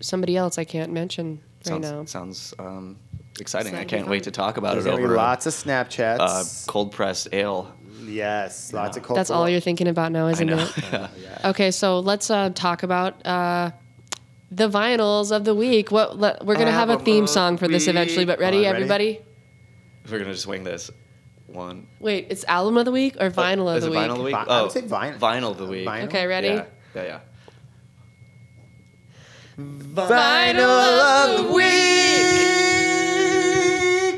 somebody else I can't mention right Sounds now. sounds um, exciting. I Sounds can't fun. wait to talk about There's it gonna be over a, lots of Snapchats. uh, cold pressed ale. yes, lots of cold. That's all you're thinking about now, I isn't know. it? Yeah. Okay, so let's uh, talk about uh, the vinyls of the week. What le- we're gonna have a Album theme of song for this week. eventually, but ready, All right, ready? everybody? We're gonna just wing this. One. Wait, it's album of the week or vinyl of Oh, Is the it week? vinyl of the week? Vi- I oh, would say vinyl. Vinyl of the week. Vinyl. Okay, ready? Yeah. Yeah. yeah. Vinyl of the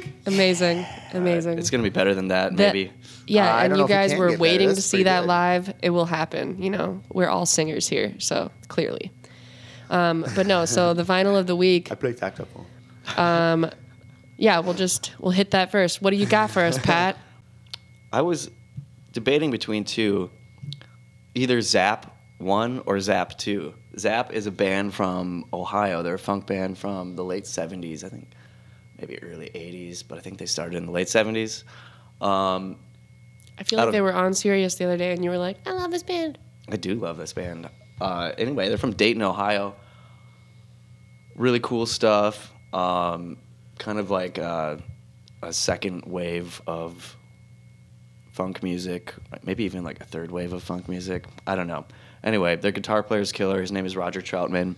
week. Amazing, amazing. Uh, It's gonna be better than that, That- maybe. Yeah, Uh, I and don't you know if we guys can were get better. waiting to That's see pretty that good. live. It will happen. You know, we're all singers here, so clearly. Um, but no, so the vinyl of the week. I play tactile. Yeah, we'll just we'll hit that first. What do you got for us, Pat? I was debating between two, either Zap One or Zap Two. Zap is a band from Ohio. They're a funk band from the late '70s, I think, maybe early '80s, but I think they started in the late '70s. Um, I feel I like don't- they were on Sirius the other day, and you were like, "I love this band." I do love this band. Uh, anyway, they're from Dayton, Ohio. Really cool stuff. Um, kind of like uh, a second wave of funk music, maybe even like a third wave of funk music. I don't know. Anyway, their guitar player is killer. His name is Roger Troutman.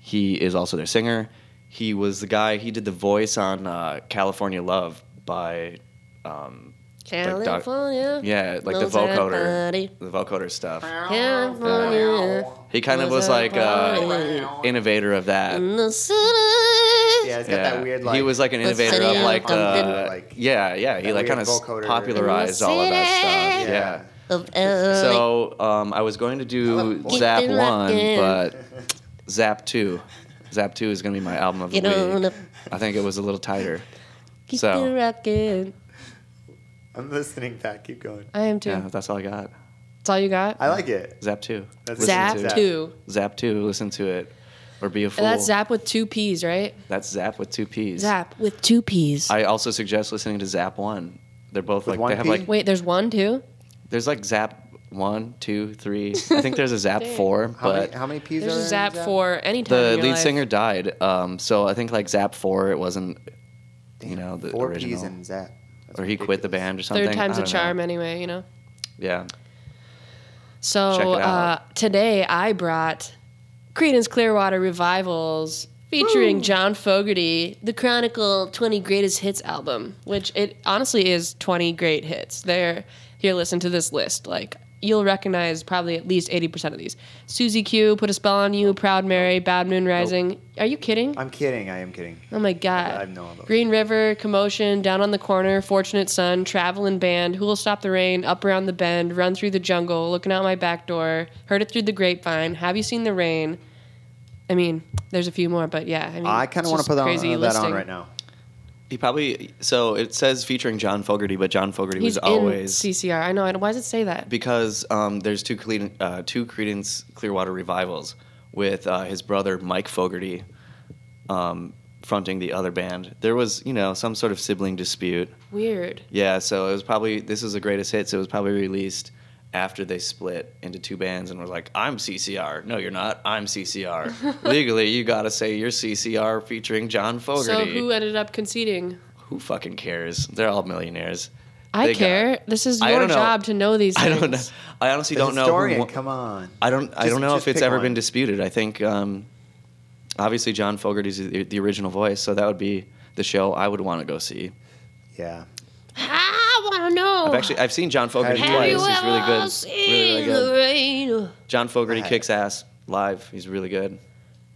He is also their singer. He was the guy. He did the voice on uh, "California Love" by um, like Doc- California, yeah, like the knows vocoder, everybody. the vocoder stuff. California He kind of knows was like uh, everybody innovator of that. in the city. Yeah, it's got Yeah. that weird like. he was like an Let's innovator of say, like the um, like, yeah yeah he that like weird kind of vocoder. popularized all of that stuff Yeah. yeah. of LA. So um, I was going to do California. Zap Keep it One, rockin'. but Zap Two, Zap Two is going to be my album of the Get on week. up. I think it was a little tighter. Keep so- it rockin'. I'm listening. Pat, keep going. I am too. Yeah, that's all I got. That's all you got. I like it. Zap Two. That's Listen Zap to Zap. it. two. Zap Two. Listen to it, or be a fool. And that's Zap with two P's, right? That's Zap with two P's. Zap with two P's. I also suggest listening to Zap One. They're both With like one they have P? like Wait, there's one too. There's like Zap one, two, three. I think there's a Zap four, How but many, how many P's There's are a there in Zap for anytime. in the your lead life. singer died. Um, so I think like Zap four, it wasn't, you know, the Four original, P's in Zap. That's or he quit the band or something. Third time's I a don't know. charm, anyway. You know. Yeah, Check So it uh, out. today I brought Creedence Clearwater Revivals featuring John Fogerty, the Chronicle 20 Greatest Hits album, which it honestly is 20 great hits. There, here, listen to this list. Like you'll recognize probably at least 80% of these. Susie Q, Put a Spell on You, Proud Mary, Bad Moon Rising. Are you kidding? I'm kidding. I am kidding. Oh my God. I have no idea. Green River, Commotion, Down on the Corner, Fortunate Son, Travelin' Band, Who'll Stop the Rain, Up Around the Bend, Run Through the Jungle, Looking Out My Back Door, Heard It Through the Grapevine, Have You Seen the Rain? I mean, there's a few more, but yeah. I, mean, I kind it's of want just to put that, crazy on, uh, that on listing. right now. he probably. So it says featuring John Fogerty, but John Fogerty He's was in always CCR. I know. I- Why does it say that? because um, there's two Cleden, uh, two Credence Clearwater revivals with uh, his brother Mike Fogerty um, fronting the other band. There was you know some sort of sibling dispute. Weird. Yeah, so it was probably this is the greatest hits. It was probably released after they split into two bands and were like, "I'm CCR." No, you're not. I'm CCR. Legally, you gotta say you're CCR featuring John So Fogerty. who ended up conceding? Who fucking cares? They're all millionaires. I They got- care. this is I your don't know. job to know these I things. don't know. I honestly The don't know. historian, won- come on. I don't. I Just- don't know just if it's pick ever one. been disputed. I think um, obviously John Fogerty's the, the original voice, so that would be the show I would want to go see. Yeah. I want to know. I've actually I've seen John Fogerty Have have twice. you He's ever really good. seen Really, really good. the rain? John Fogerty Right. kicks ass live. He's really good.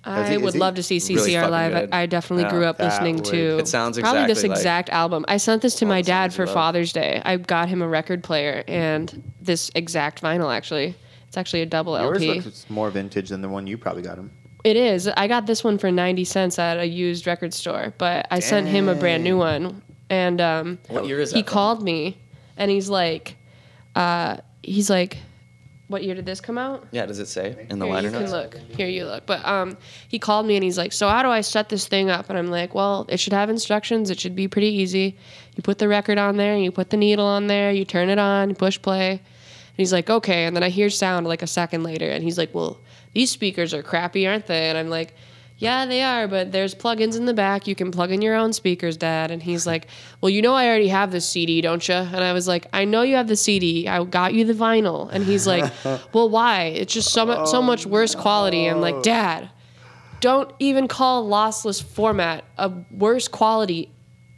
Is I he- would is he love to see really CCR fucking live. good? I, I definitely Yeah. grew up That listening would- to It sounds probably this exactly like- exact album. I sent this to All my the dad songs for you love. Father's Day. I got him a record player and this exact vinyl. Actually, it's actually a double Yours LP. looks more vintage than the one you probably got him. It is. I got this one for ninety cents at a used record store, but I sent him a brand new one. And um, What year is he that from? called me. and he's like, uh, he's like, what year did this come out? Yeah, does it say in the Here, liner you can notes? look. Here you look. But um, he called me and he's like, "So how do I set this thing up?" And I'm like, "Well, it should have instructions. It should be pretty easy. You put the record on there, you put the needle on there, you turn it on, you push play." And he's like, "Okay." And then I hear sound like a second later, and he's like, "Well, these speakers are crappy, aren't they?" And I'm like. Yeah, they are, but there's plugins in the back. You can plug in your own speakers, Dad. And he's like, Well, you know, I already have this CD, don't you? And I was like, I know you have the CD. I got you the vinyl. And he's like, Well, why? It's just so, mu- so much worse quality. I'm Oh. like, Dad, don't even call lossless format a worse quality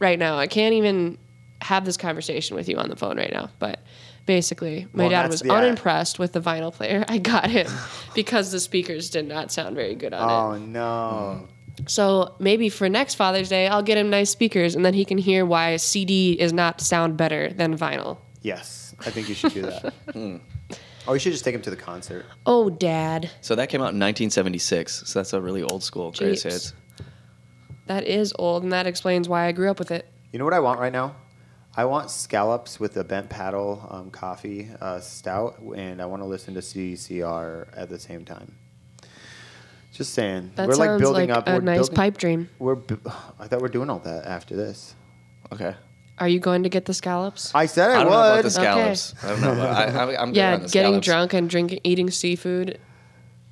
right now. I can't even have this conversation with you on the phone right now. But basically, my Well, dad was that's the- unimpressed with the vinyl player I got him because the speakers did not sound very good on it. Oh no. Mm. So maybe for next Father's Day, I'll get him nice speakers, and then he can hear why CD is not sound better than vinyl. Yes, I think you should do that. Hmm. Or you should just take him to the concert. Oh, Dad, So that came out in 1976. So that's a really old school greatest Jeeps. hits. that is old, and that explains why I grew up with it. You know what I want right now? I want scallops with a bent paddle um, coffee uh, stout, and I want to listen to CCR at the same time. Just saying, That we're sounds like building like up a we're nice building- pipe dream. We're. Bu- I thought we're doing all that after this. Okay. Are you going to get the scallops? I said I, I don't would. know about the Okay. scallops. I don't know. About, I, I, I'm good yeah, on the getting scallops. drunk and drinking, eating seafood.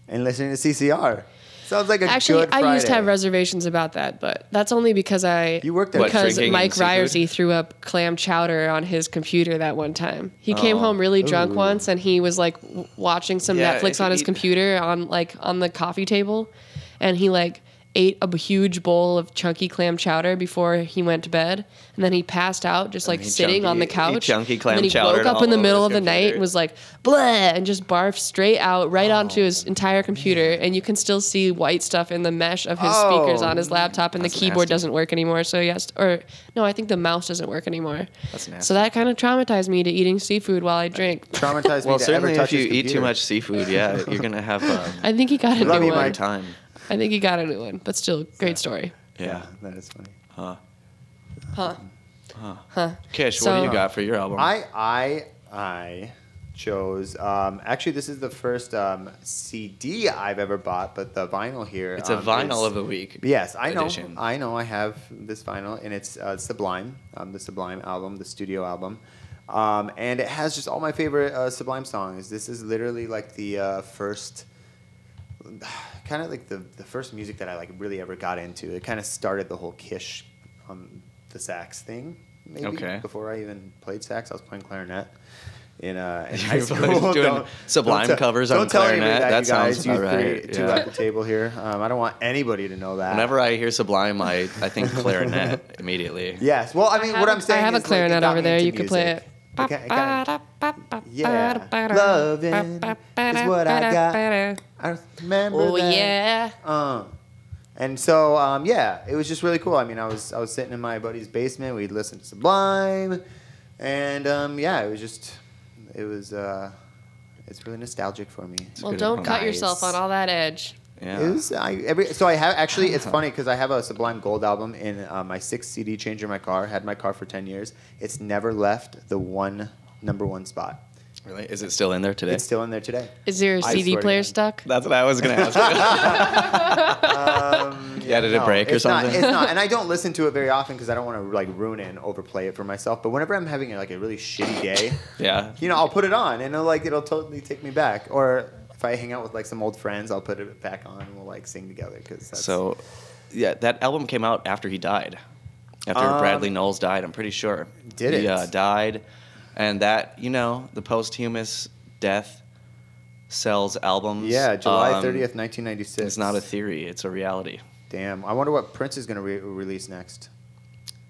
and listening to CCR. Sounds like a Actually, good Friday. I used to have reservations about that, but that's only because I You worked at- What, because drinking Mike and seafood? Ryersey threw up clam chowder on his computer that one time. He came Oh. home really drunk Ooh. once, and he was like w- watching some Yeah, Netflix if on you his eat- computer on like on the coffee table, and he like ate a b- huge bowl of chunky clam chowder before he went to bed, and then he passed out just like he sitting on the junkie- he couch. junkie and clam then he chowdered woke up all in the over middle his of the night computer. and was like bleh and just barfed straight out right Oh onto his entire computer, and you can still see white stuff in the mesh of his Oh, speakers on his laptop, and the that's keyboard nasty. doesn't work anymore. So yes, or no, I think the mouse doesn't work anymore. That's nasty. So that kind of traumatized me to eating seafood while I drink. traumatized Well, me to ever certainly touch if you his eat too computer. much seafood, yeah, you're going to have um, I think he got a Love new you, one. a Mike. time. I think he got a new one, but still, great story. Yeah. that is funny. Huh. Huh? Kish, what So- do you got for your album? I I I chose. Um, actually, this is the first um, CD I've ever bought, but the vinyl here. it's a um, vinyl is- of the week. Yes, I know. edition. I know. I have this vinyl, and it's uh, Sublime, um, the Sublime album, the studio album, um, and it has just all my favorite uh, Sublime songs. This is literally like the uh, first, kind of like the the first music that I like really ever got into. It kind of started the whole Kish on the sax thing. Maybe Okay. before I even played sax, I was playing clarinet. In, uh, in You high were school, doing Don't- don't Sublime tell- covers on don't tell anybody clarinet. That you sounds guys, you about three- right, two yeah. at the table here. Um, I don't want anybody to know that. Whenever I hear Sublime, I, I think clarinet immediately. Yes. Well, I mean, what have a- I'm saying I have is, a like, it clarinet got over me there. into You could play it. music. It ki- it kinda- yeah. Loving is what I got. I remember Oh that. yeah. Uh, and so, um, yeah, it was just really cool. I mean, I was I was sitting in my buddy's basement. We'd listen to Sublime, and um, yeah, it was just, it was, uh, it's really nostalgic for me. Well, good don't one. cut Nice. yourself on all that edge. Yeah. Uh-huh. It was, I, every, so I have actually. It's funny because I have a Sublime Gold album in uh, my sixth CD changer in my car. Had my car for ten years. It's never left the one number one spot. Really? Is it still in there today? It's still in there today. Is there a I CD swear to player God. stuck? That's what I was going to ask. Um, You added a break or it's not- something? it's not, and I don't listen to it very often because I don't want to like ruin it and overplay it for myself. But whenever I'm having like a really shitty day, yeah. you know, I'll put it on and it'll like it'll totally take me back. Or if I hang out with like some old friends, I'll put it back on and we'll like sing together. Because So, yeah, that album came out after he died. After Um, Bradley Knowles died, I'm pretty sure. Did He it? uh, died. And that, you know, the posthumous death sells albums. yeah, July Um, thirtieth, nineteen ninety six. It's not a theory, it's a reality. Damn, I wonder what Prince is going to re- release next.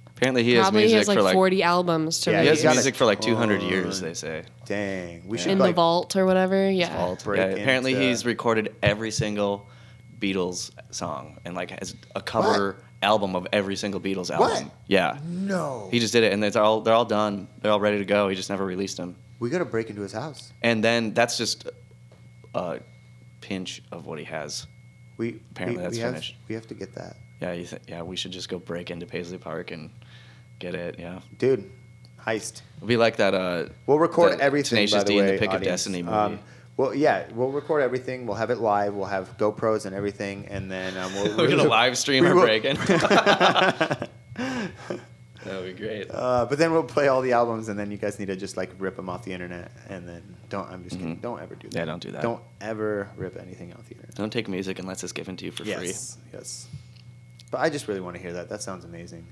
Apparently, he has Probably music has like, for like 40 albums to Yeah, read he you has gotta- music for like 200 years, on. they say. Dang, we Yeah. should in the like, vault or whatever. Yeah. Alt. break Yeah, apparently, into- he's recorded every single Beatles song and like has a cover album of every single Beatles album. What? Yeah, No, he just did it, and it's all they're all done. They're all ready to go. He just never released them. we got to break into his house. And then that's just a pinch of what he has. We Apparently we, that's we have, finished. We have to get that, Yeah, you th- yeah, we should just go break into Paisley Park and get it. Yeah, dude. heist. It'll be like that. Uh, We'll record that everything. Tenacious by the D way, and the Pick audience. of Destiny movie. Um, well, yeah, we'll record everything. We'll have it live. We'll have GoPros and everything, and then um, we'll, We're gonna live stream we our will- break in. uh, That'd be great. but then we'll play all the albums, and then you guys need to just like rip them off the internet, and then don't. I'm just kidding. Don't ever do that. Mm-hmm. Yeah, don't do that. Don't ever rip anything off the internet. Don't take music unless it's given to you for free. yes, yes. But I just really want to hear that. That sounds amazing.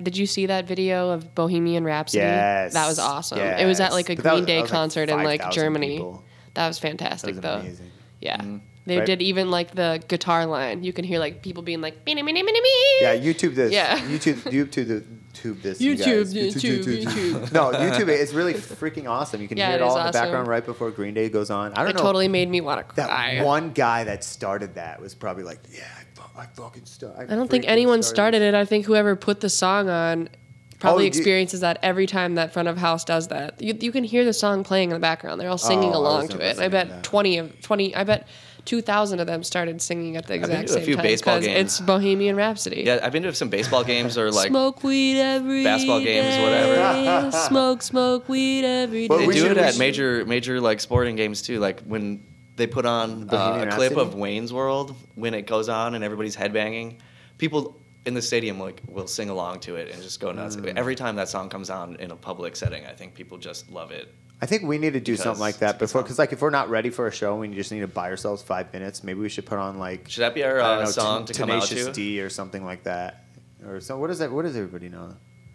Did you see that video of Bohemian Rhapsody? Yes, That was awesome. It was at like a yes. But that Green was- Day that was, like, concert in like 5,000 Germany. people. That was That fantastic was though. amazing. Mm-hmm. Yeah. They Right. did even like the guitar line. You can hear like people being like, "Beanie, beanie, beanie, Yeah, beanie." YouTube this. Yeah. YouTube YouTube the tube this. you YouTube, guys. YouTube, YouTube. No, YouTube it- it's really freaking awesome. You can Yeah, hear it, it all is in the awesome. background right before Green Day goes on. I don't It know. totally made me want to that cry. one guy that started that was probably like, yeah, I, fu- I fucking started. I don't think anyone started it. I think whoever put the song on Oh, probably you- experiences that every time that front of house does that. You, you can hear the song playing in the background. They're all Oh, I singing was along not to it. And I listening to bet that. 20 of 20 I bet 2000 of them started singing at the been exact to a same few time baseball games. it's Bohemian Rhapsody. Yeah, I've been to some baseball games or like smoke weed every basketball games, day. whatever. smoke smoke weed every But day. they we do should- it we at should- major major like sporting games too. Like when they put on uh, Bohemian a clip of Rhapsody? Wayne's World when it goes on and everybody's headbanging, people in the stadium like will sing along to it and just go nuts. Mm. Every time that song comes on in a public setting, I think people just love it. I think we need to do Because something like it's that a good before, song. because like if we're not ready for a show, we just need to buy ourselves five minutes. Maybe we should put on like Should that be I our don't uh, know, song Ten- to come out Tenacious to? D or something like that. Or so. What does that? What does everybody know?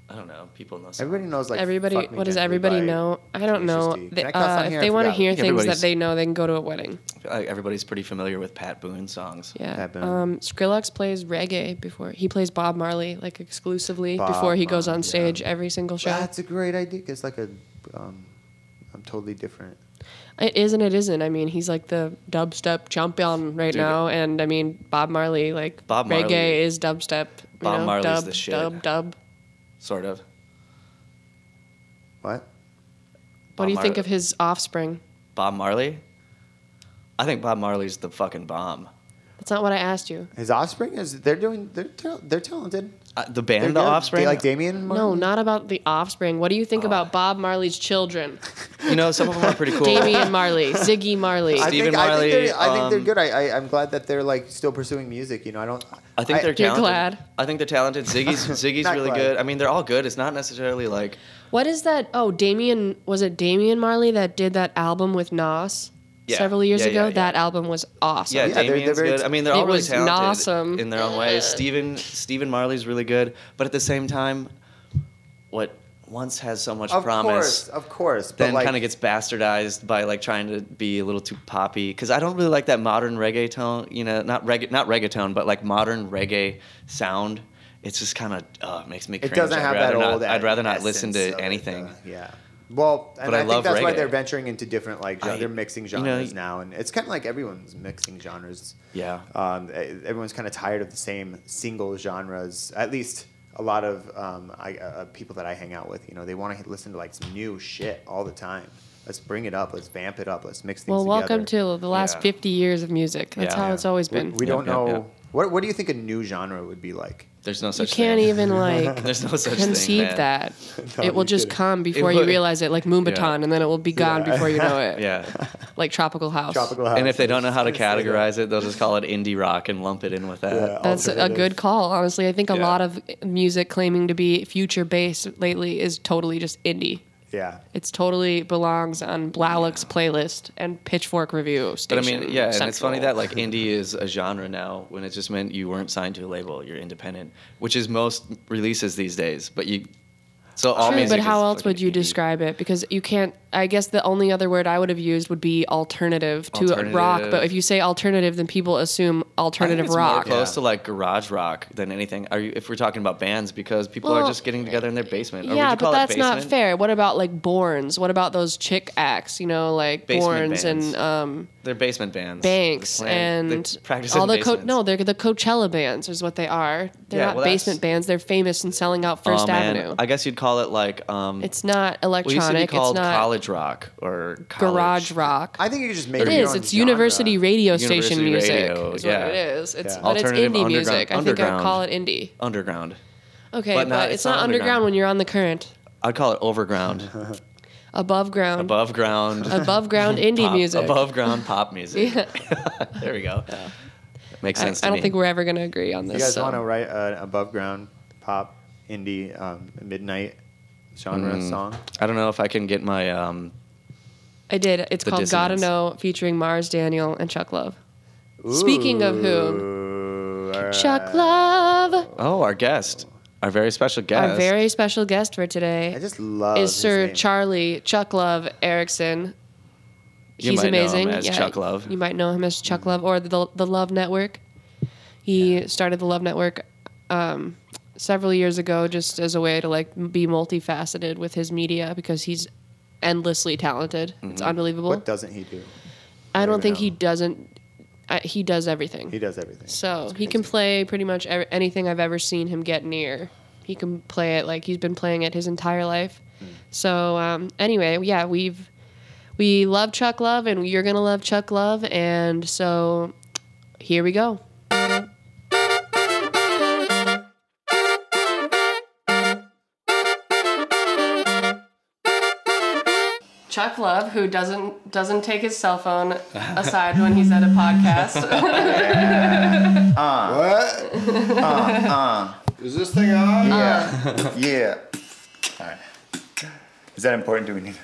I don't know. People know. Songs. Everybody knows like everybody Fuck Me what does Gently everybody by know? I don't Tenacious know. D. They- Can I uh, cuss on if here? they I want to forgot. hear things that Everybody's- they know, they can go to a wedding. Like, everybody's pretty familiar with Pat Boone songs. Yeah. Pat Boone. Um, Skrillex plays reggae before he plays Bob Marley like exclusively Bob before he goes Marley, on yeah. stage every single show. That's a great idea. It's like a, um, I'm totally different. It is and it isn't. I mean, he's like the dubstep champion right Dude. now, and I mean Bob Marley like Bob reggae Marley- is dubstep. you Bob know, Marley's dub, the shit. Dub dub. Sort of. What? What Bob do you think Marley- of his offspring? Bob Marley. I think Bob Marley's the fucking bomb. That's not what I asked you. His offspring is they're doing they're ta- they're talented. Uh, the They're band, good. The Offspring. They like Damien. No, not about the offspring. What do you think Uh. about Bob Marley's children? you know, some of them are pretty cool. Damian Marley, Ziggy Marley. I Stephen think, I think Marley, they're, I think they're um, good. I, I I'm glad that they're like still pursuing music. You know, I don't. I think they're You're talented. glad. I think they're talented. Ziggy's Ziggy's Not really glad. good. I mean, they're all good. It's not necessarily like What is that? Oh, Damien was it Damien Marley that did that album with Nas Yeah. several years Yeah, yeah, ago? yeah. That album was awesome. yeah, Yeah, they're- they're Damien's very- good. I mean, they're all It really was talented awesome. in their own ways. Stephen Stephen Marley's really good, but at the same time, what once has so much Of promise course, of course. But then like, kind of gets bastardized by like trying to be a little too poppy because I don't really like that modern reggae tone. You know, not reggae, not reggaeton, but like modern reggae sound. It's just kind of uh, makes me. it Cringe. doesn't I'd have that rather old. Not, I'd rather not listen essence to of it, anything. uh, yeah. Well, and But I I, think love that's why reggae. they're venturing into different like gen- I- they're mixing you know, genres y- now, and it's kind of like everyone's mixing genres. Yeah. um, e- everyone's kind of tired of the same single genres. At least a lot of um, I, uh, people that I hang out with, you know, they want to listen to like some new shit all the time. Let's bring it up. Let's vamp it up. Let's mix things. Well, welcome together. to the last Yeah. 50 years of music. That's Yeah. how it's always We, been. we don't Yep, yep, know yep. what. What do you think a new genre would be like? There's no you such. can't thing. even like There's no such thing. conceive man. that. No, it will you just didn't. come before It you would. realize it, like Moombaton, Yeah. and then it will be gone Yeah. before you know it. Yeah. Like Tropical House. Tropical house. And if they don't know how to Just gonna say that. categorize it, they'll just call it indie rock and lump it in with that. Yeah. That's a Alternative. good call, honestly. I think a Yeah. lot of music claiming to be future based lately is totally just indie. yeah, It's totally belongs on Blalock's playlist and Pitchfork review But I station. mean, yeah, and it's Central. funny that like indie is a genre now when it just meant you weren't signed to a label, you're independent, which is most releases these days. But you, so all True, music but is how else fucking would you indie. describe it? Because you can't. I guess the only other word I would have used would be alternative to Alternative. rock. But if you say alternative, then people assume I think alternative it's More rock. close Yeah. to like garage rock than anything. Are you if we're talking about bands because people are Well, just getting together in their basement? Or would Yeah, you call but it that's not basement? fair. What about like Borns? What about those chick acts? You know, like Basement Borns bands. and um, They're basement bands. Banks They plan- they and practice all in the co- basements. no, they're the Coachella bands is what they are. They're Yeah, not well, that's- basement bands. They're famous and selling out First Aw, Oh, man. Avenue. I guess you'd call it like um, it's not well, it used electronic. to be called it's not college rock or college. garage rock. I think you could just make It your is. own It's genre. university radio University station music. radio, is yeah. what it is. It's Yeah. but it's Alternative indie music. underground- I think I underground. call it indie. underground. Okay, But but, not- it's, not underground when you're on the current. I'd call it overground, Above ground. Above, above ground, ground indie pop- music. above ground pop music. there we go. Makes I, I sense. to don't me. think we're ever going to agree on this. You guys so. want to write an above ground pop indie um, midnight genre Mm. song? I don't know if I can get my. Um, I did. It's The called Gotta dissonance. Know featuring Mars Daniel and Chuck Love. Speaking of whom, Chuck Love, oh, our guest, our very special guest. our very special guest for I today, just love Oh, is his Sir name. Charlie Chuck Love Erickson. You He's might know him amazing. as Chuck Love. You might know him as Chuck Love or the the Love Network. He started the Love Network um, several years ago, just as a way to like m- be multifaceted with his media because he's endlessly talented. Mm-hmm. It's unbelievable. What doesn't he do? I don't don't even think know. he doesn't. I, he does everything. He does everything. So he can play pretty much ev- anything I've ever seen him get near. He can play it like he's been playing it his entire life. So um, anyway, yeah, we've we love Chuck Love, and you're gonna love Chuck Love, and so here we go. Chuck Love, who doesn't doesn't take his cell phone aside when he's at a podcast. What? uh, uh. Is this thing on? Yeah. yeah. All right. Is that important? Do we need it?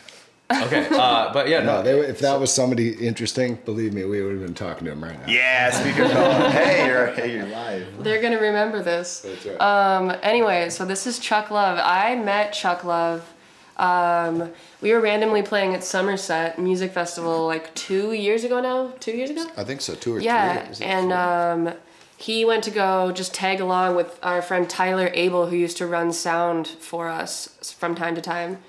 okay, uh, but yeah, No, no, they, were- if that was somebody interesting, believe me, we would have been talking to him right now. Yeah, speakerphone. hey, you're, hey, you're live. They're gonna remember this. That's right. Um, anyway, so this is Chuck Love. I met Chuck Love. Um, we were randomly playing at Somerset Music Festival like two years ago now. Two years ago? I think so, two or Yeah. three. Is it And three? um, he went to go just tag along with our friend Tyler Abel, who used to run sound for us from time to time.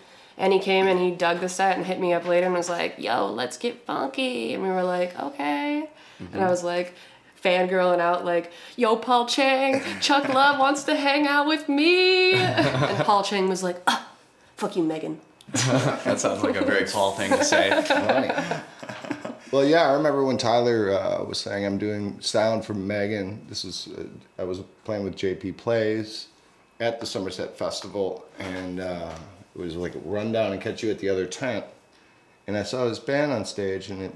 And he came and he dug the set and hit me up later and was like, yo, let's get funky. And we were like, okay. And Mm-hmm. I was like, fangirling out, like, yo, Paul Chang, Chuck Love wants to hang out with me. and Paul Chang was like, ah, fuck you, Megan. that sounds like a very Paul thing to say. Funny. well, yeah, I remember when Tyler uh, was saying, I'm doing sound for Megan. This is, uh, I was playing with JP Plays at the Somerset Festival, and uh, it was like run down and catch you at the other tent. And I saw this band on stage, and it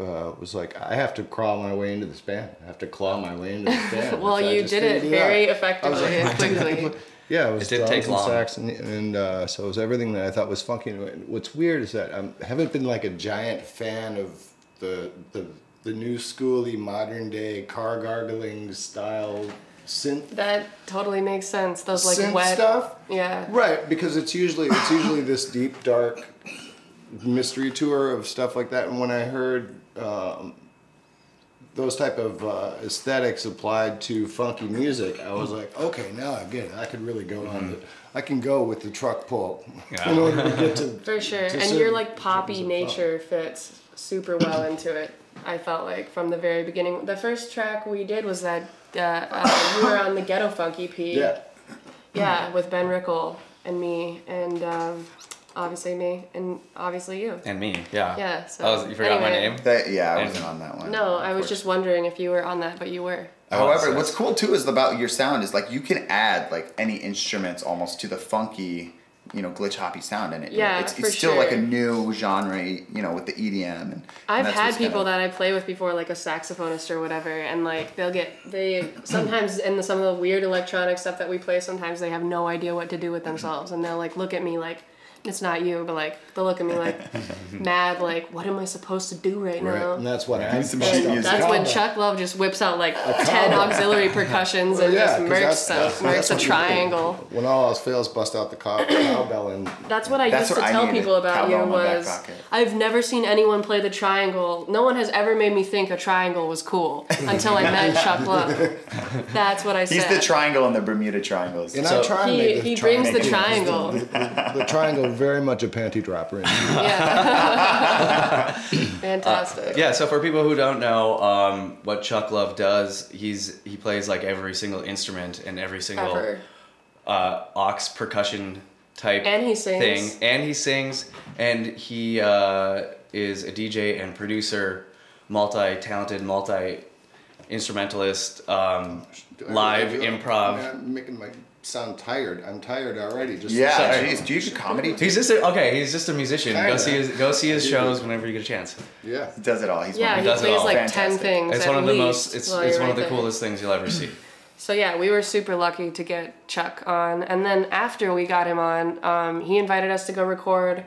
uh, was like, I have to crawl my way into this band. I have to claw my way into this band. Well, which I you just did it didn't do very that. effectively and quickly. Yeah, it was It didn't drums take and long. sax and, and uh, so it was everything that I thought was funky. And what's weird is that I'm- I haven't been like a giant fan of the the, the new schooly modern day car gargling style synth That totally makes sense. Those like synth wet. stuff. Yeah. Right, because it's usually it's usually this deep dark mystery tour of stuff like that. And when I heard um, those type of uh, aesthetics applied to funky music, I was like, okay, now I get it. I could really go Mm-hmm. on. The, I can go with the truck pull in order to get to. For sure. to And certain your like poppy things that nature fits super well into it. I felt like from the very beginning. The first track we did was that uh, uh, you were on the Ghetto Funk EP. Yeah, Yeah, with Ben Rickle and me, and um, obviously me, and obviously you. And me, yeah. Yeah, so, I was, you forgot anyway. my name. That, yeah, I wasn't on that one. No, I was just wondering if you were on that, but you were. However, what's cool too is about your sound is like you can add like any instruments almost to the funky, you know, glitch hoppy sound in it. You know, Yeah, it's, for it's still like a sure. new genre, you know, with the EDM. And, I've had people that I play with before, like a saxophonist or whatever, and like they'll get they sometimes in the, some of the weird electronic stuff that we play, sometimes they have no idea what to do with themselves, and they'll like look at me like it's not you, but like they'll look at me like mad, like what am I supposed to do right, right. now? And that's what I'm. Need some sheet music. That's when Chuck Love just whips out like ten combo. auxiliary percussions and Oh, yeah, just 'cause mercs that's- some, that's- mercs that's a what you do. triangle. When all else fails, bust out the cow- cowbell and That's what I That's used to what I tell needed, people about you cowbell in my back was pocket. I've never seen anyone play the triangle. No one has ever made me think a triangle was cool until I met Chuck Love. That's what I He's said. the triangle and the Bermuda Triangles. and So- I try and he make the he brings the triangle. triangle. the triangle very much a panty dropper. In. yeah. Fantastic. Yeah, so for people who don't know um, what Chuck Love does, he's he plays like every single instrument and every single Ever. uh, aux percussion type And he sings. thing, and he sings, and he uh, is a DJ and producer, multi-talented, multi-instrumentalist, um, live improv. I'm making my sound tired. I'm tired already. Just Yeah, Sorry. jeez, do you do comedy? Too? He's just a, okay. He's just a musician. Go Kinda. see his go see his shows whenever you get a chance. yeah. He does it all. He's Yeah, one He he, of does it plays all. like ten Fantastic. things. It's at one of the least most. It's, while it's you're one of right the there. coolest things you'll ever see. So yeah, we were super lucky to get Chuck on, and then after we got him on, um, he invited us to go record.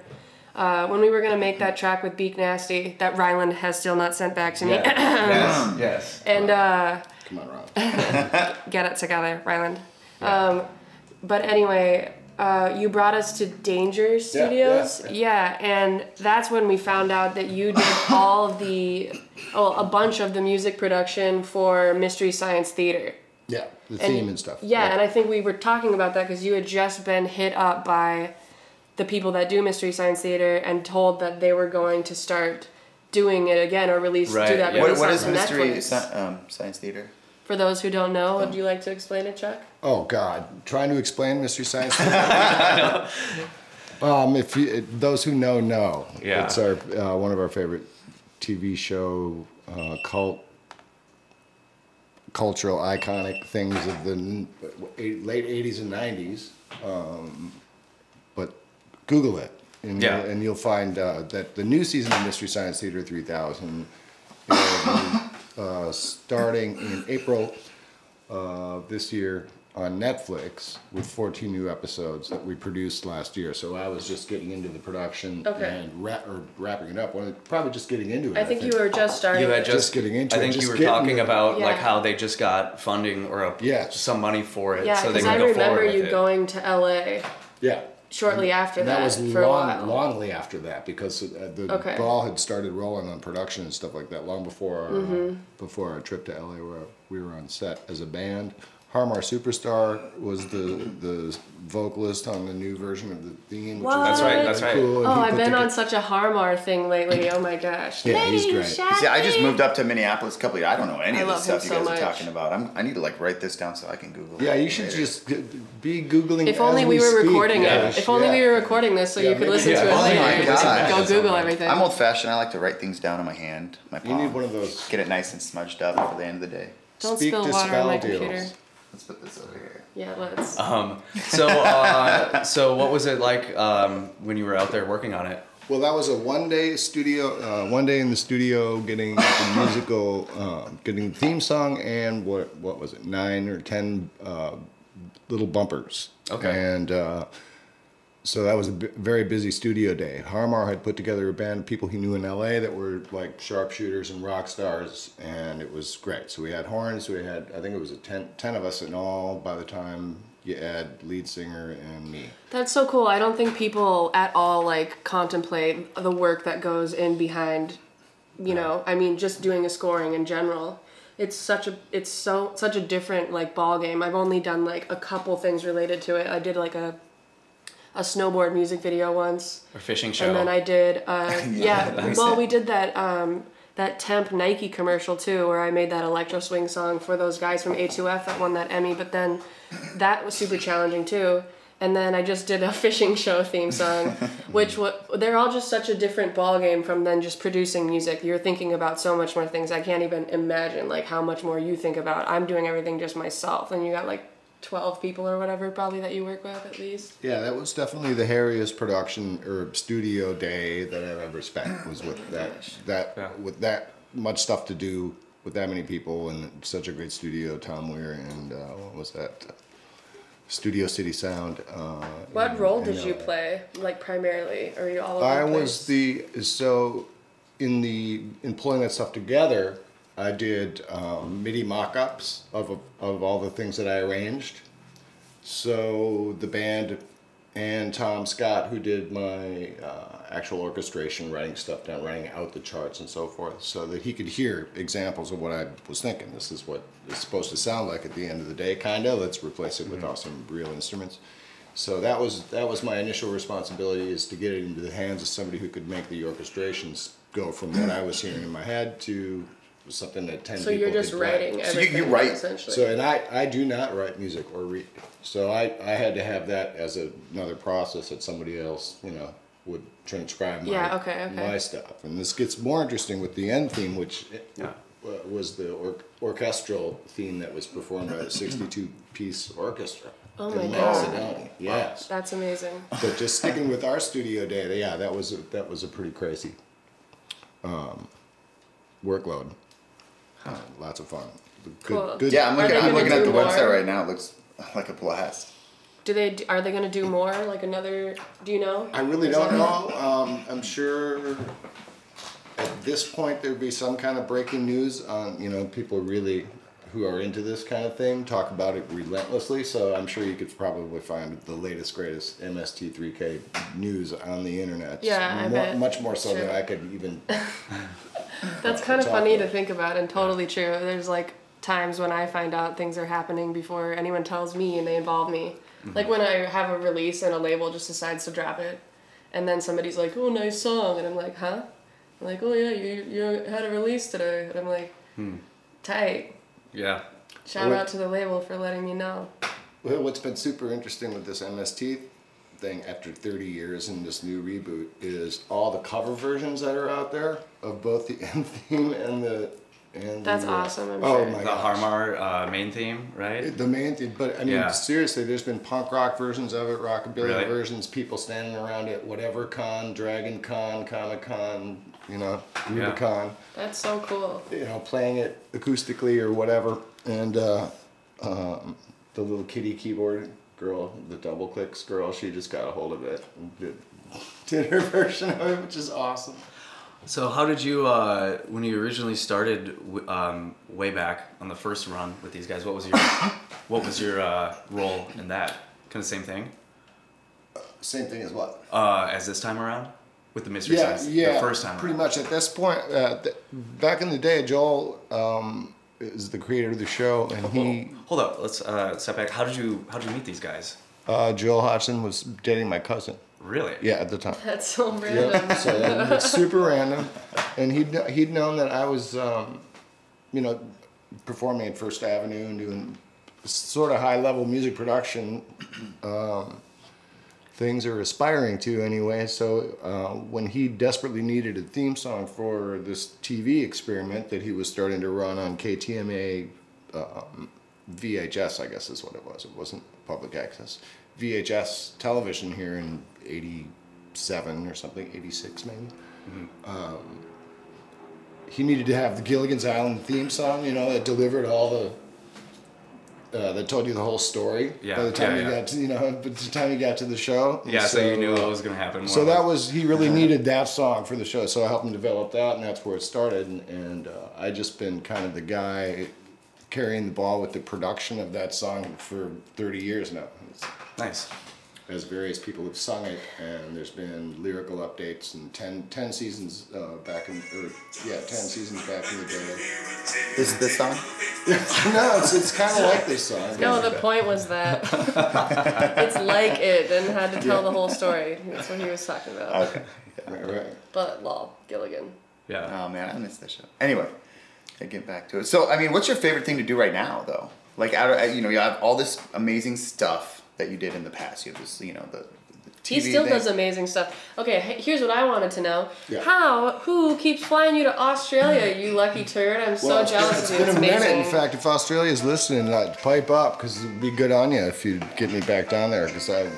Uh, when we were gonna make that track with Beak Nasty, that Ryland has still not sent back to me, yes. Yes. and uh, Come on, Rob. get it together, Ryland. Um, but anyway, uh, you brought us to Danger Studios. Yeah, yeah, and that's when we found out that you did all of the, oh, a bunch of the music production for Mystery Science Theater. Yeah, the And- theme and stuff. Yeah, and I think we were talking about that because you had just been hit up by the people that do Mystery Science Theater and told that they were going to start doing it again or release do Right, that yeah. What, release what on is mystery Netflix. sci- um, science theater? For those who don't know, would you like to explain it, Chuck? Oh God, trying to explain mystery science. um, if you, it, those who know know, Yeah. it's our uh, one of our favorite TV show uh, cult cultural iconic things of the n- eight- late '80s and '90s. Um, but Google it, and Yeah. you'll, and you'll find uh, that the new season of Mystery Science Theater 3000, uh, starting in April of this year on Netflix with 14 new episodes that we produced last year. So I was just getting into the production Okay. and ra- or wrapping it up. Well, probably just getting into it. I think you were just starting. You had Just just, getting into I it, think just you were getting talking it. about like Yeah. how they just got funding or a, Yeah. some money for it, yeah, so they because can I go remember forward with you it. going to LA Yeah. shortly after And that, that was for a long, while. longly after that because uh, the Okay. ball had started rolling on production and stuff like that long before our, Mm-hmm. uh, before our trip to LA where we were on set as a band. Harm Our Superstar was the the vocalist on the new version of the theme. Which was That's right, really that's right. cool, and Oh, he I've put been toge- on such a Harmar thing lately. Oh my gosh. Yeah, he's Lady great. Shaq- See, I just moved up to Minneapolis a couple of years. I don't know any I of the love him stuff you so guys much. are talking about. I'm, I need to like write this down so I can Google. Yeah, it you should later. just g- be googling. If only as we, were speak. recording Yeah. it. If only we were recording this so Yeah, you could maybe- listen yeah. to it Oh my later. God. Go Google everything. I'm old fashioned. I like to write things down in my hand, my You palm. need one of those. Get it nice and smudged up for the end of the day. Don't speak spill to water on my spell computer. deals. Let's put this over here. Yeah, let's. Um, so, uh, so what was it like um, when you were out there working on it? Well, that was a one-day studio, uh, one day in the studio, getting the musical, um, getting the theme song, and what what was it, nine or ten uh, little bumpers. Okay. And uh, so that was a b- very busy studio day. Harmar had put together a band of people he knew in LA that were like sharpshooters and rock stars, and it was great. So we had horns. We had I think it was a ten, 10 of us in all. By the time you add lead singer and me. That's so cool. I don't think people at all like contemplate the work that goes in behind, you know, I mean just doing a scoring in general. It's such a it's so such a different like ball game. I've only done like a couple things related to it. I did like a a snowboard music video once. Or fishing show? And then I did, uh, yeah. that makes well, sense. we did that um, that temp Nike commercial too, where I made that electro swing song for those guys from A2F that won that Emmy. But then that was super challenging too. And then I just did a fishing show theme song, which wa they're all just such a different ball game from then just producing music. You're thinking about so much more things. I can't even imagine like how much more you think about. I'm doing everything just myself, and you got like twelve people or whatever probably that you work with at least. Yeah, that was definitely the hairiest production or studio day that I've ever spent. Was with that that Yeah. with that much stuff to do with that many people and such a great studio. Tom Weir and uh, what was that? Studio City Sound. Uh, What in- role in did you LA. play, like primarily, or you all? Over I the was place? the so in the in pulling that stuff together. I did um, MIDI mock-ups of of all the things that I arranged. So the band and Tom Scott, who did my uh, actual orchestration, writing stuff down, writing out the charts and so forth, so that he could hear examples of what I was thinking. This is what it's supposed to sound like at the end of the day, kinda. Let's replace it with awesome real instruments. So that was that was my initial responsibility is to get it into the hands of somebody who could make the orchestrations go from what I was hearing in my head to something that ten So people you're just could play. writing So you- everything. you write- essentially. So, and I, I do not write music or read. So I, I had to have that as a, another process that somebody else, you know, would transcribe my, Yeah, okay, okay. my stuff. And this gets more interesting with the end theme, which Yeah. uh, was the or- orchestral theme that was performed by a 62 piece orchestra. Oh in my God. Macedonia. Yes. That's amazing. But just sticking with our studio data, yeah, that was a, that was a pretty crazy um, workload. Uh, lots of fun. Good, Cool. good- Yeah, I'm Are looking, they I'm gonna looking at do the website more? right now. It looks like a blast. Do they? d- Are they gonna do more? Like another? Do you know? I really don't know. Um, I'm sure at this point there'd be some kind of breaking news on, you know, people really who are into this kind of thing talk about it relentlessly. So I'm sure you could probably find the latest, greatest MST3K news on the internet. Yeah, I Mo- bet. Much more so than Sure. I could even. That's kind of Talk funny about to think about and totally true. There's like times when I find out things are happening before anyone tells me and they involve me. Mm-hmm. Like when I have a release and a label just decides to drop it, and then somebody's like, "Oh, nice song," and I'm like, "Huh?" I'm like, "Oh yeah, you you had a release today," and I'm like, Hmm. "Tight." Yeah. Oh, Shout out to the label for letting me know. Well, what's been super interesting with this MST thing after 30 years and this new reboot is all the cover versions that are out there of both the end theme and the and That's the, uh, awesome, I'm oh sure. my The gosh. Harmar uh, main theme, right? The main thing, but I mean, Yeah. seriously, there's been punk rock versions of it, rockabilly Really? versions, people standing around at whatever con, Dragon Con, Comic Con, you know, Yeah. Rubicon, That's so cool. you know, playing it acoustically or whatever. And uh, um, the little kitty keyboard girl, the double clicks girl, she just got a hold of it and did, did her version of it, which is awesome. So, how did you, uh, when you originally started w- um, way back on the first run with these guys? What was your, what was your uh, role in that? Kind of same thing Same thing as what? uh, as this time around with the mystery yeah, science. yeah, The first time. Pretty around. much at this point, uh, th- back in the day, Joel um, is the creator of the show, and he, Hold up. Let's uh, step back. How did you, how did you meet these guys? uh, Joel Hodgson was dating my cousin. Really? Yeah, at the time. That's so random. Yep. so that was super random, and he'd kn- he'd known that I was, um, you know, performing at First Avenue and doing sort of high level music production um, things or aspiring to anyway. So uh, when he desperately needed a theme song for this TV experiment that he was starting to run on KTMA um, VHS, I guess is what it was. It wasn't public access. VHS television here in 87 or something, 86 maybe. Um, Mm-hmm. he needed to have the Gilligan's Island theme song, you know, that delivered all the. Uh, that told you the whole story Yeah, by the time yeah, you yeah. got to you know by the time you got to the show Yeah. So, you knew uh, what was gonna happen. so Well, that was he really needed that song for the show. So I helped him develop that, and that's where it started. And, and uh, I just been kind of the guy carrying the ball with the production of that song for 30 years now, It's- nice. as various people have sung it. And there's been lyrical updates and 10, 10 seasons uh, back in or, yeah 10 seasons back in the day. This this song? no, it's, it's kind of like this song. No, the point was that it's like it and had to tell the whole story. That's what he was talking about. Okay. Right, right. But lol, Gilligan. Yeah. Oh man, I missed that show. Anyway, I get back to it. So I mean, what's your favorite thing to do right now though? Like out of you know, you have all this amazing stuff that you did in the past. You have this, you know, the, the TV he still thing. does amazing stuff. Okay, h- here's what I wanted to know: Yeah. How, who keeps flying you to Australia? You lucky turd! I'm so Well, it's- jealous of it's you. been It's a amazing. minute. In fact, if Australia's listening, uh, pipe up because it'd be good on you if you get me back down there. Because I,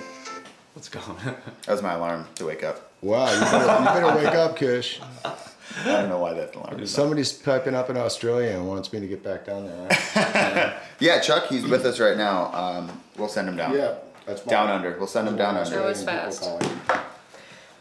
Let's go. That was my alarm to wake up. wow, you better, you better wake up, Kish. I don't know why that alarm. is Somebody's piping up in Australia and wants me to get back down there. Right? Yeah, Chuck, he's with us right now. Um, we'll send him down. yeah, that's fine. Down under. We'll send him down under. That was People fast. call it.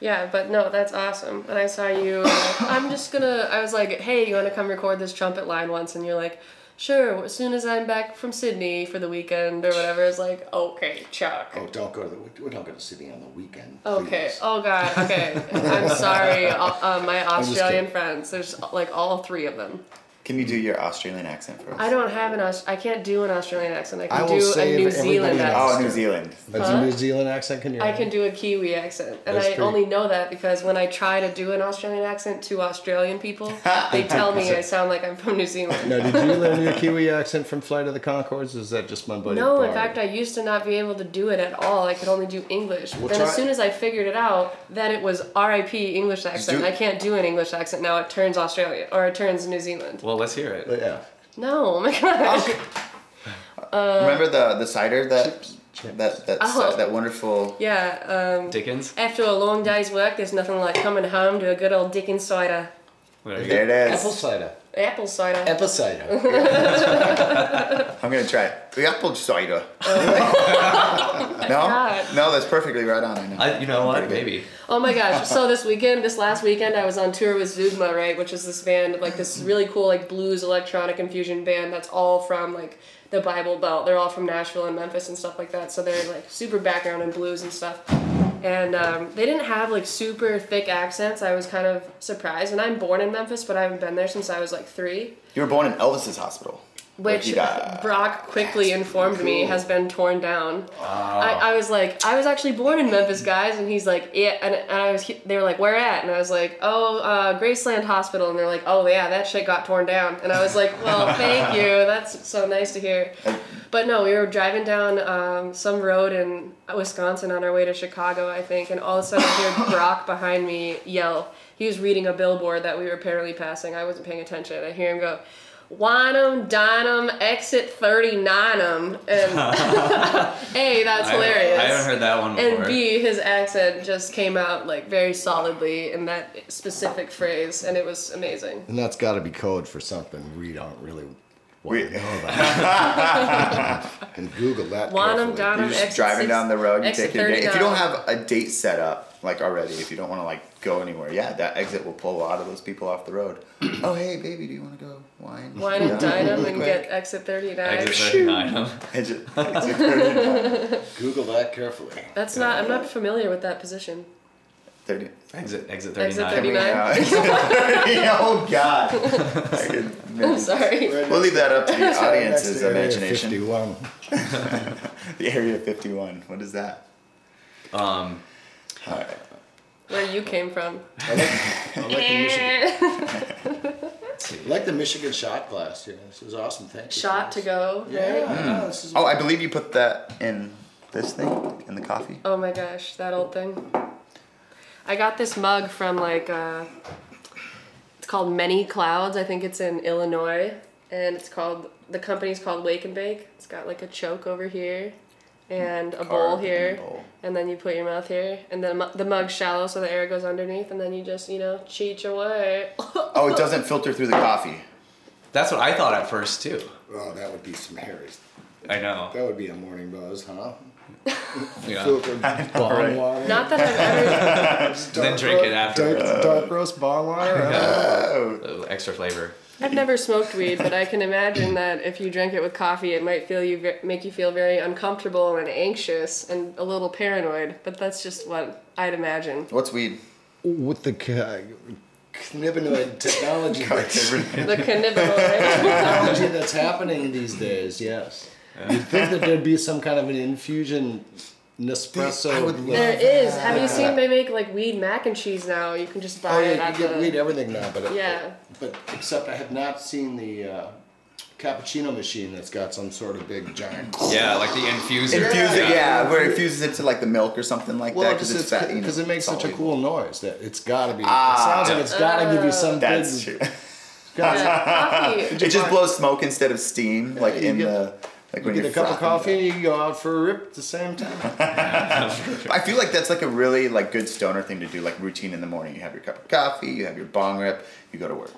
Yeah, but no, that's awesome. And I saw you. I'm just gonna. I was like, hey, you want to come record this trumpet line once? And you're like, sure. As soon as I'm back from Sydney for the weekend or whatever, I was like, okay, Chuck. Oh, don't go to the. We don't go to Sydney on the weekend. Okay. please. Oh God. Okay. I'm sorry, uh, uh, my just Australian kidding. friends. There's like all three of them. Can you do your Australian accent for us? I don't have an Aus- I can't do an Australian accent. I I can will do a save New everybody Zealand in accent. Oh, New Zealand. That's a New Zealand accent. Can you? I can do a Kiwi accent, and That's I pretty- only know that because when I try to do an Australian accent to Australian people, they tell me I sound like I'm from New Zealand. Now, did you learn your Kiwi accent from Flight of the Concords? Is that just my buddy? No, in Bard? fact, I used to not be able to do it at all. I could only do English. Well, then, try- as soon as I figured it out, that it was R.I.P. English accent. do- I can't do an English accent now. It turns Australia or it turns New Zealand. Well, let's hear it. But yeah. No, oh my god. Remember the the cider that that that Oh. that wonderful. Yeah. Um, Dickens. after a long day's work, there's nothing like coming home to a good old Dickens cider, There you go. There it is. Apple cider. apple cider. Apple cider. I'm gonna try it. The apple cider. no, God. no, that's perfectly right on. I know. I, you know what? Maybe. Oh my gosh! So this weekend, this last weekend, I was on tour with Zugma, right, which is this band, like this really cool, like blues, electronic, and fusion band that's all from like the Bible Belt. They're all from Nashville and Memphis and stuff like that. So they're like super background in blues and stuff. And um, they didn't have like super thick accents. I was kind of surprised. And I'm born in Memphis, but I haven't been there since I was like three. You were born in Elvis's hospital. Where which he died. Brock quickly informed me has been torn down. I, I was like, I was actually born in Memphis, guys, and he's like, yeah, and, and I was, he- they were like, where at? And I was like, oh, uh, Graceland Hospital, and they're like, oh yeah, that shit got torn down, and I was like, well, thank you, that's so nice to hear. But no, we were driving down um, some road in Wisconsin on our way to Chicago, I think, and all of a sudden I hear Brock behind me yell. He was reading a billboard that we were apparently passing. I wasn't paying attention. I hear him go, Wine 'em, dine 'em, exit 39 'em. And A, that's I- hilarious. I, haven't heard that one before. and B, his accent just came out like very solidly in that specific phrase, and it was amazing. and that's got to be code for something we don't really want We- to know about. and Google that. Want 'em, carefully. done 'em. You're just exit driving six- down the road. You exit take your date. If you 39. don't have a date set up like already, if you don't want to like go anywhere, yeah, that exit will pull a lot of those people off the road. oh hey baby, do you want to go wine? Wine and Yeah. dine 'em and Quick. get exit 39. Exit 39. Exit- exit 39. Google that carefully. That's not, I'm not familiar with that position. Thirty- Exit, exit 39. Exit I mean, 39. uh, exit 30. oh god. I could- I'm sorry. We'll leave that up to the That's audience's the Area imagination. 51. The Area 51. What is that? Um, All right. Where you came from. I like, I like the Michigan, I like the Michigan shot glass here. This is awesome. Thank you. Shot to go. right? Yeah. yeah, this is- Oh, I believe you put that in this thing in the coffee. Oh my gosh, that old thing. I got this mug from like uh it's called Many Clouds. I think it's in Illinois and it's called the company's called Wake and Bake. It's got like a choke over here and a bowl Carved in here the bowl. and then you put your mouth here and then mu- the mug's shallow so the air goes underneath and then you just, you know, cheat away. Oh, it doesn't filter through the coffee. that's what I thought at first, too. Oh, that would be some Harry's. I know. That would be a morning buzz, huh? Yeah. Filled with Bong water. Not that I've ever Then drink it afterwards. Dark, dark roast bong water. huh? Uh, Extra flavor. I've never smoked weed, but I can imagine that if you drink it with coffee, it might feel you ve- make you feel very uncomfortable and anxious and a little paranoid. But that's just what I'd imagine. What's weed? With the ca- cannabinoid technology, that's, The cannabinoid. technology that's happening these days, yes. You'd think that there'd be some kind of an infusion Nespresso. there is. Have you seen they make like weed mac and cheese now? You can just buy Oh it yeah, at you get the. weed everything now, but it, Yeah. But except I have not seen the uh, cappuccino machine that's got some sort of big giant. Yeah, like the infuser. Infuse it, yeah, where it fuses into like the milk or something like that Well, because because it's, fat. you know, it makes such a solid. cool noise that it's got to be. Ah. it sounds Yeah. like it's got to give you some That's big. true. Yeah, coffee. It just blows smoke instead of steam, like you in get- the like You when get you're a cup of frothing. coffee and you can go out for a rip at the same time. I feel like that's like a really like good stoner thing to do, like routine in the morning. You have your cup of coffee, you have your bong rip, you go to work.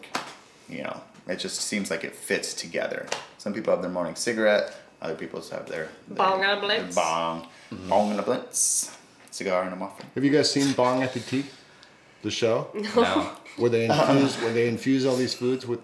You know, it just seems like it fits together. Some people have their morning cigarette, other people just have their, their Bong and a their blitz. bong, bong and a blitz, cigar and a muffin. Have you guys seen Bong at the Tea? The show No. where they infuse where they infuse all these foods with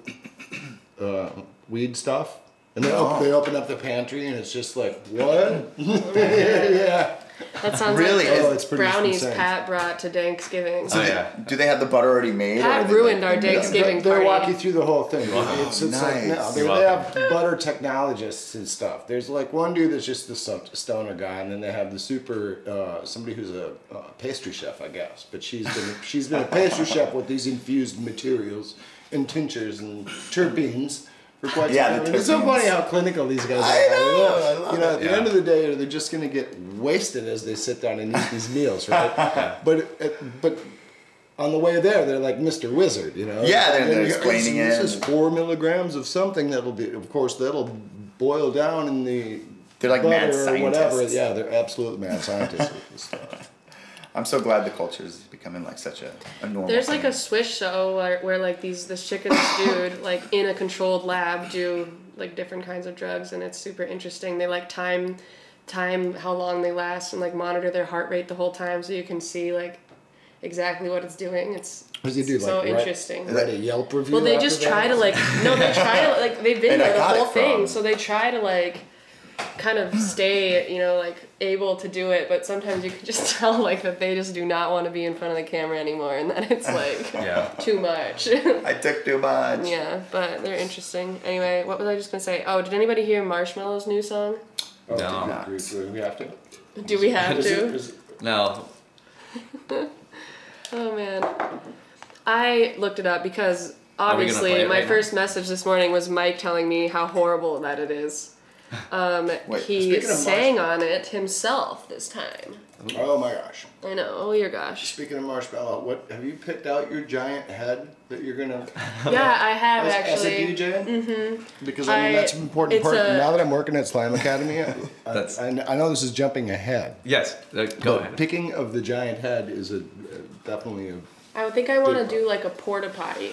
uh, weed stuff, and they, op- they open up the pantry and it's just like what? yeah. That sounds Really? like Oh, those it's pretty brownies insane. Pat brought to Thanksgiving. Oh, yeah. Do they have the butter already made? That are they, ruined like, our made Yeah, up? Thanksgiving they, they walk party. you through the whole thing. it's it's like no, nice. they, You're they have butter technologists and stuff. There's like one dude that's just the sto- stoner guy, and then they have the super uh, somebody who's a uh, pastry chef, I guess. But she's been she's been a pastry chef with these infused materials and tinctures and terpenes. For quite Yeah, some the time. It's so terpenes. funny how clinical these guys are. I know, I love you know, at it. the end Yeah. of the day, they're just going to get wasted as they sit down and eat these meals, right? uh, But but on the way there, they're like Mr. Wizard, you know? Yeah, they're- And they're you go, explaining this, it. This is four milligrams of something that'll be, of course, that'll boil down in the. They're like mad butter or whatever. scientists. Yeah, they're absolute mad scientists with this stuff. I'm so glad the culture is becoming like such a, a normal. There's like thing. a Swiss show where, where like these this chick and this dude like in a controlled lab do like different kinds of drugs and it's super interesting. They like time time how long they last and like monitor their heart rate the whole time so you can see like exactly what it's doing. It's What does he do? so like, write- interesting. Write, a Yelp review. Well, they after just that? try to like no, they try to like they And I video the got whole it thing, from- so they try to like kind of stay, you know, like able to do it, but sometimes you can just tell like that they just do not want to be in front of the camera anymore, and then it's like Yeah. too much. I took too much. yeah, but they're interesting. Anyway, what was I just gonna say? Oh, did anybody hear Marshmallow's new song? Oh, No. do we- do we have to? Do we have Is it- to? is it- No. Oh man. I looked it up because we gonna play obviously it my right now? first message this morning was Mike telling me how horrible that it is. Um, Wait, he speaking of sang on it himself this time. Oh my gosh. I know. Oh, your gosh. Speaking of marshmallow, what have you picked out your giant head that you're gonna Yeah, I have as, as a actually. DJ? Mm-hmm. Because I mean I- that's an important it's part. a- now that I'm working at Slime Academy, I, That's- I, I know this is jumping ahead. Yes. uh, Go but ahead. Picking of the giant head is a, uh, definitely a. I would think I want to do like a porta potty.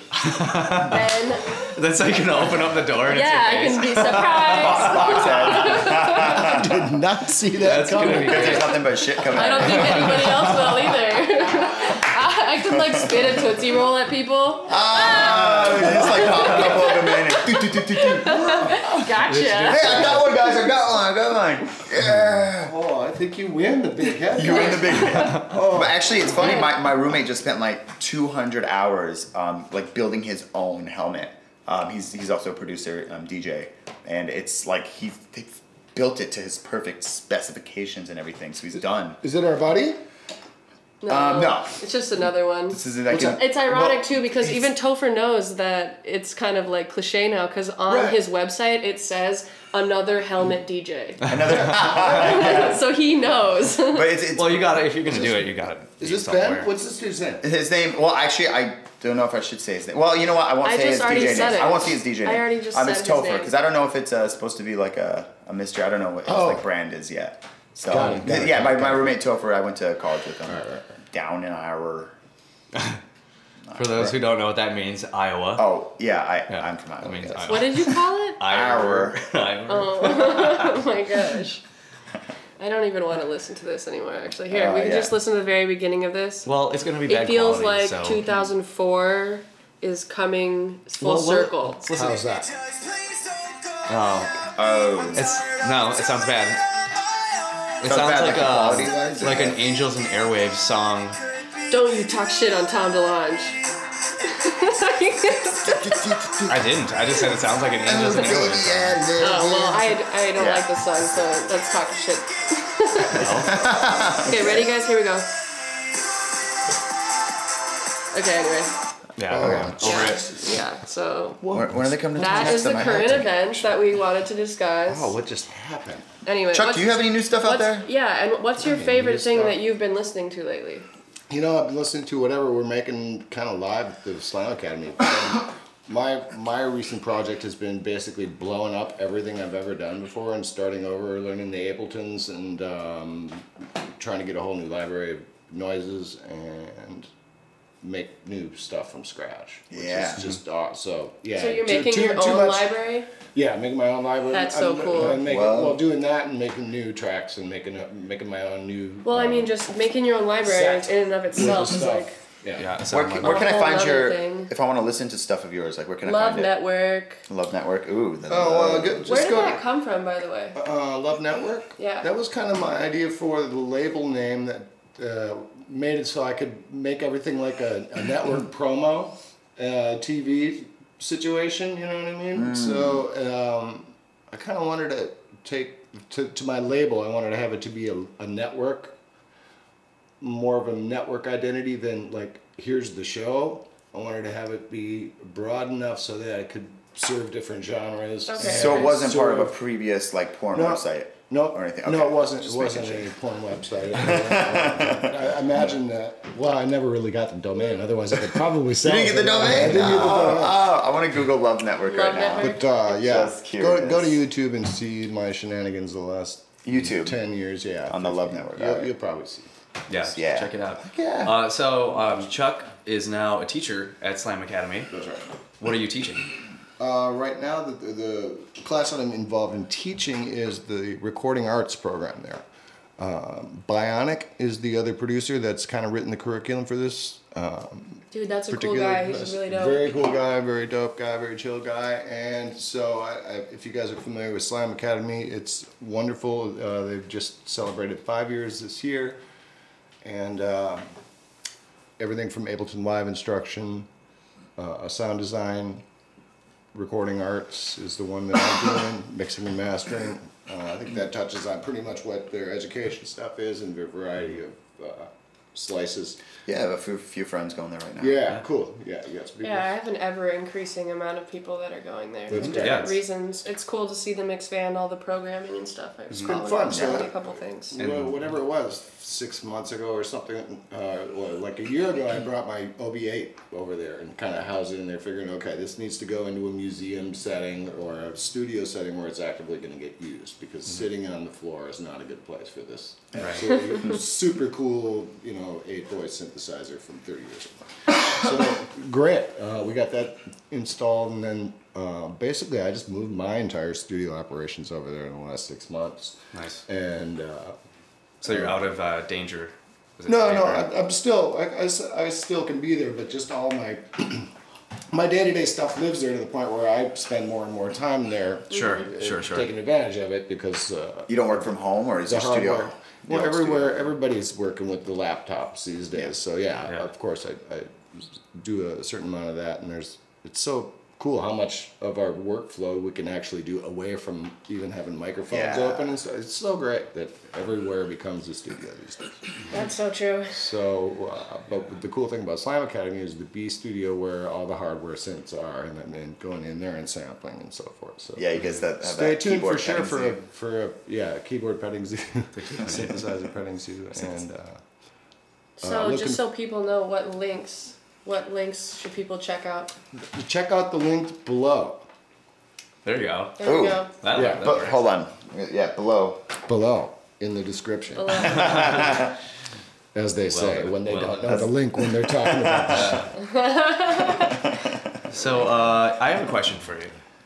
then That's like gonna open up the door and yeah, I it's your can be face. surprised. Box head. Did not see that That's gonna coming. be great. There's nothing but shit coming. I out. don't think anybody else will either. I, I could like spit a tootsie roll at people. Oh, just like pop a couple of them in. And do, do, do, do, do. Hey, Gotcha. I got one, guys. I got one. I got one. Oh, I think you win the big head. You win the big. oh, but actually, it's funny. My, my roommate just spent like 200 hours, um, like building his own helmet. Um, he's he's also a producer, um, DJ, and it's like he they built it to his perfect specifications and everything. So he's done. Is it our buddy? No, Um, no. It's just another one. This is like an- It's ironic Well, too because even Topher knows that it's kind of like cliche now because on Right. his website it says another helmet DJ. Another, so he knows. but it's, it's Well, you got to If you're gonna do it, you got to Is this Ben? What's this dude's name? his name. Well, actually, I don't know if I should say his name. Well, you know what? I won't I say just his already DJ said name. it. I won't say his DJ I name. already just um, said it's his Topher name. because I don't know if it's uh, supposed to be like a, a mystery. I don't know what his Oh. like brand is yet. So Got it, got it, yeah, got my, it, my got it. roommate Topher, I went to college with him. Down in Iowa. For those who don't know what that means, Iowa. Oh yeah, I Yeah, I'm from Iowa. That means yes. Iowa. what did you call it? Iowa. Iowa. Oh my gosh. I don't even want to listen to this anymore actually. Here, Uh, we can yeah. just listen to the very beginning of this. Well, it's gonna be bad it feels quality, like so. 2004 is coming full Well, well, circle. let's listen. How's that? Oh, Oh. it's no, it sounds bad. It sounds, Sounds bad, like like the quality a wise? like an Angels and Airwaves song. Don't you talk shit on Tom DeLonge. I didn't. I just said it sounds like an Angels and Airwaves. Song. Oh well, I, I don't Yeah. like this song, so let's talk shit. okay, ready guys? Here we go. Okay, anyway, Yeah, Oh, okay. over it. yeah. So When, when are they coming to that Texas? is the I have current to- events that we wanted to discuss. Oh, what just happened? anyway, Chuck, what's- do you have any new stuff out what's- there? Yeah, and what's your mean, favorite new thing stuff. that you've been listening to lately? You know, I've been listening to whatever we're making kind of live at the Slam Academy. my my recent project has been basically blowing up everything I've ever done before and starting over, learning the Abletons and um, trying to get a whole new library of noises and make new stuff from scratch. Which Yeah. is just aw- so yeah. So you're too- making too- your too own much- library? Yeah, making my own library. That's so cool. I'm making, Wow. well, doing that and making new tracks and making a- making my own new. Well, I um, mean, just making your own library Set. in and of itself is stuff. like Yeah, it Where, sounds can- like where can I whole find other your? thing. If I want to listen to stuff of yours, like where can I Love find Network. it? Love Network. Ooh. The Oh, uh, good. Just Where did go that to- come from, by the way? uh, Love Network. Yeah. That was kind of my idea for the label name that uh, made it so I could make everything like a, a network promo, uh, TV situation. You know what I mean? Mm. So um, I kind of wanted to take to, to my label. I wanted to have it to be a, a network, more of a network identity than like here's the show. I wanted to have it be broad enough so that I could serve different genres. Okay. and So it wasn't part of a serve- previous like porn no, website. No, or anything. no, Okay, it wasn't. It just making wasn't sure. a porn website. I I imagine that. Well, I never really got the domain. Otherwise, I could probably You sell. it. didn't get the domain. I didn't get the Oh, domain. oh, I want to Google Love Network Love right now. Network. But uh, yeah, Just go, go to curious. YouTube and see my shenanigans the last YouTube. ten years. Yeah, On the 15. Love Network, You'll, alright. you'll probably see. Yeah, Yeah. check it out. yeah. Uh, so um, Chuck is now a teacher at Slam Academy. That's right. What are you teaching? Uh, right now, the, the class that I'm involved in teaching is the recording arts program there. Um, Bionic is the other producer that's kind of written the curriculum for this um, Dude, that's a cool particular. guy. He's class. really dope. Very cool guy, very dope guy, very chill guy. And so, I, I, if you guys are familiar with Slam Academy, it's wonderful. Uh, they've just celebrated five years this year, and uh, everything from Ableton Live instruction, uh, sound design, recording arts is the one that I'm doing, mixing and mastering. Uh, I think that touches on pretty much what their education stuff is and their variety of uh, slices. Yeah, I have a few, few friends going there right now. Yeah, cool. Yeah, you got some people. Yeah, I have an ever increasing amount of people that are going there for That's different great. Yeah, it's- reasons. It's cool to see them expand all the programming and stuff. I was been following fun, up so- on a couple things. Well, whatever it was, six months ago or something, uh, well, like a year ago, I brought my OB8 over there and kind of housed it in there, figuring, okay, this needs to go into a museum setting or a studio setting where it's actively going to get used because sitting on the floor is not a good place for this. Absolutely super cool, you know, eight voice synthesizer from 30 years ago. So great, uh, we got that installed, and then uh, basically I just moved my entire studio operations over there in the last six months. Nice. And uh, So you're out of uh, danger. Is it no, danger? no, I, I'm still, I, I s- I still can be there, but just all my, my day to day stuff lives there to the point where I spend more and more time there. Sure, sure, sure. Taking advantage of it because uh, You don't work from home, or is the your studio? hardware. your Well, own studio? everywhere, everybody's working with the laptops these days. So yeah, Yeah. of course, I, I do a certain amount of that, and there's it's so cool how much of our workflow we can actually do away from even having microphones Yeah. open and stuff. It's so great that everywhere becomes a studio these days. That's so true. So, uh, but the cool thing about Slam Academy is the B studio where all the hardware synths are, and then and going in there and sampling and so forth. So Yeah, you guys that have stay that tuned for keyboard sure for a, tendency. for a yeah keyboard petting zoo, synthesizer petting zoo, and uh, So looking- just so people know what links, what links should people check out? check out the link below. There you go. There Ooh. you Oh. go. That, Yeah, that But works. hold on, yeah, below. Below in the description, Below. as they say done. when they Well don't know the link when they're talking about. it. So uh, I have a question for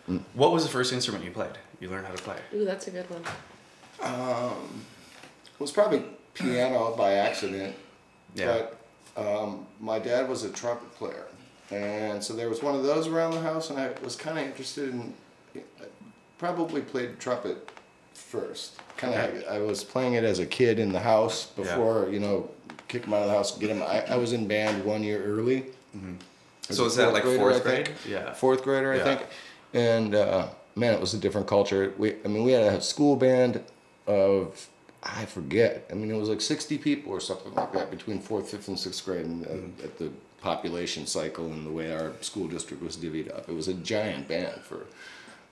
you. What was the first instrument you played? You learned how to play. Ooh, that's a good one. It was probably piano by accident. But um, my dad was a trumpet player, and so there was one of those around the house, and I was kind of interested in. I probably played trumpet first. Kind of, I was playing it as a kid in the house Yeah. before you know, kick him out of the house, get him. I, I was in band one year early. Mm-hmm. So a is that like grader, I fourth think. grade? Yeah. Fourth grader, I Yeah. think. And uh, man, it was a different culture. We, I mean, we had a school band of I forget. I mean, it was like sixty people or something like that between fourth, fifth, and sixth grade, and uh, Mm-hmm. at the population cycle and the way our school district was divvied up, it was a giant band for.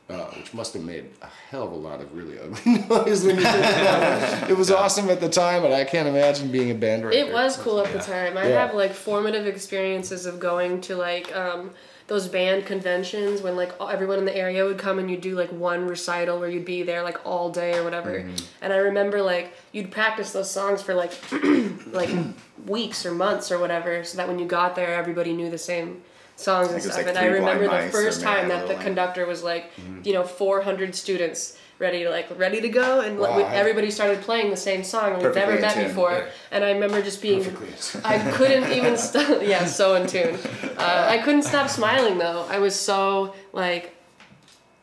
Uh, which must have made a hell of a lot of really ugly noise when you think about it. It was awesome at the time, but I can't imagine being a band right It was cool at the time. I Yeah. have like formative experiences of going to like um, those band conventions when like all- everyone in the area would come and you'd do like one recital where you'd be there like all day or whatever. Mm-hmm. And I remember like you'd practice those songs for like like weeks or months or whatever, so that when you got there, everybody knew the same songs and think it was, stuff. like, and I Three Blind remember the Mice or first Man time Out that of the the Line. conductor was like, Mm-hmm. you know, 400 students ready to like ready to go, and like, Wow. we- everybody started playing the same song and we've Perfectly never in met tune. before. And I remember just being, I couldn't even stop. Yeah, so in tune. Uh, I couldn't stop smiling though. I was so like,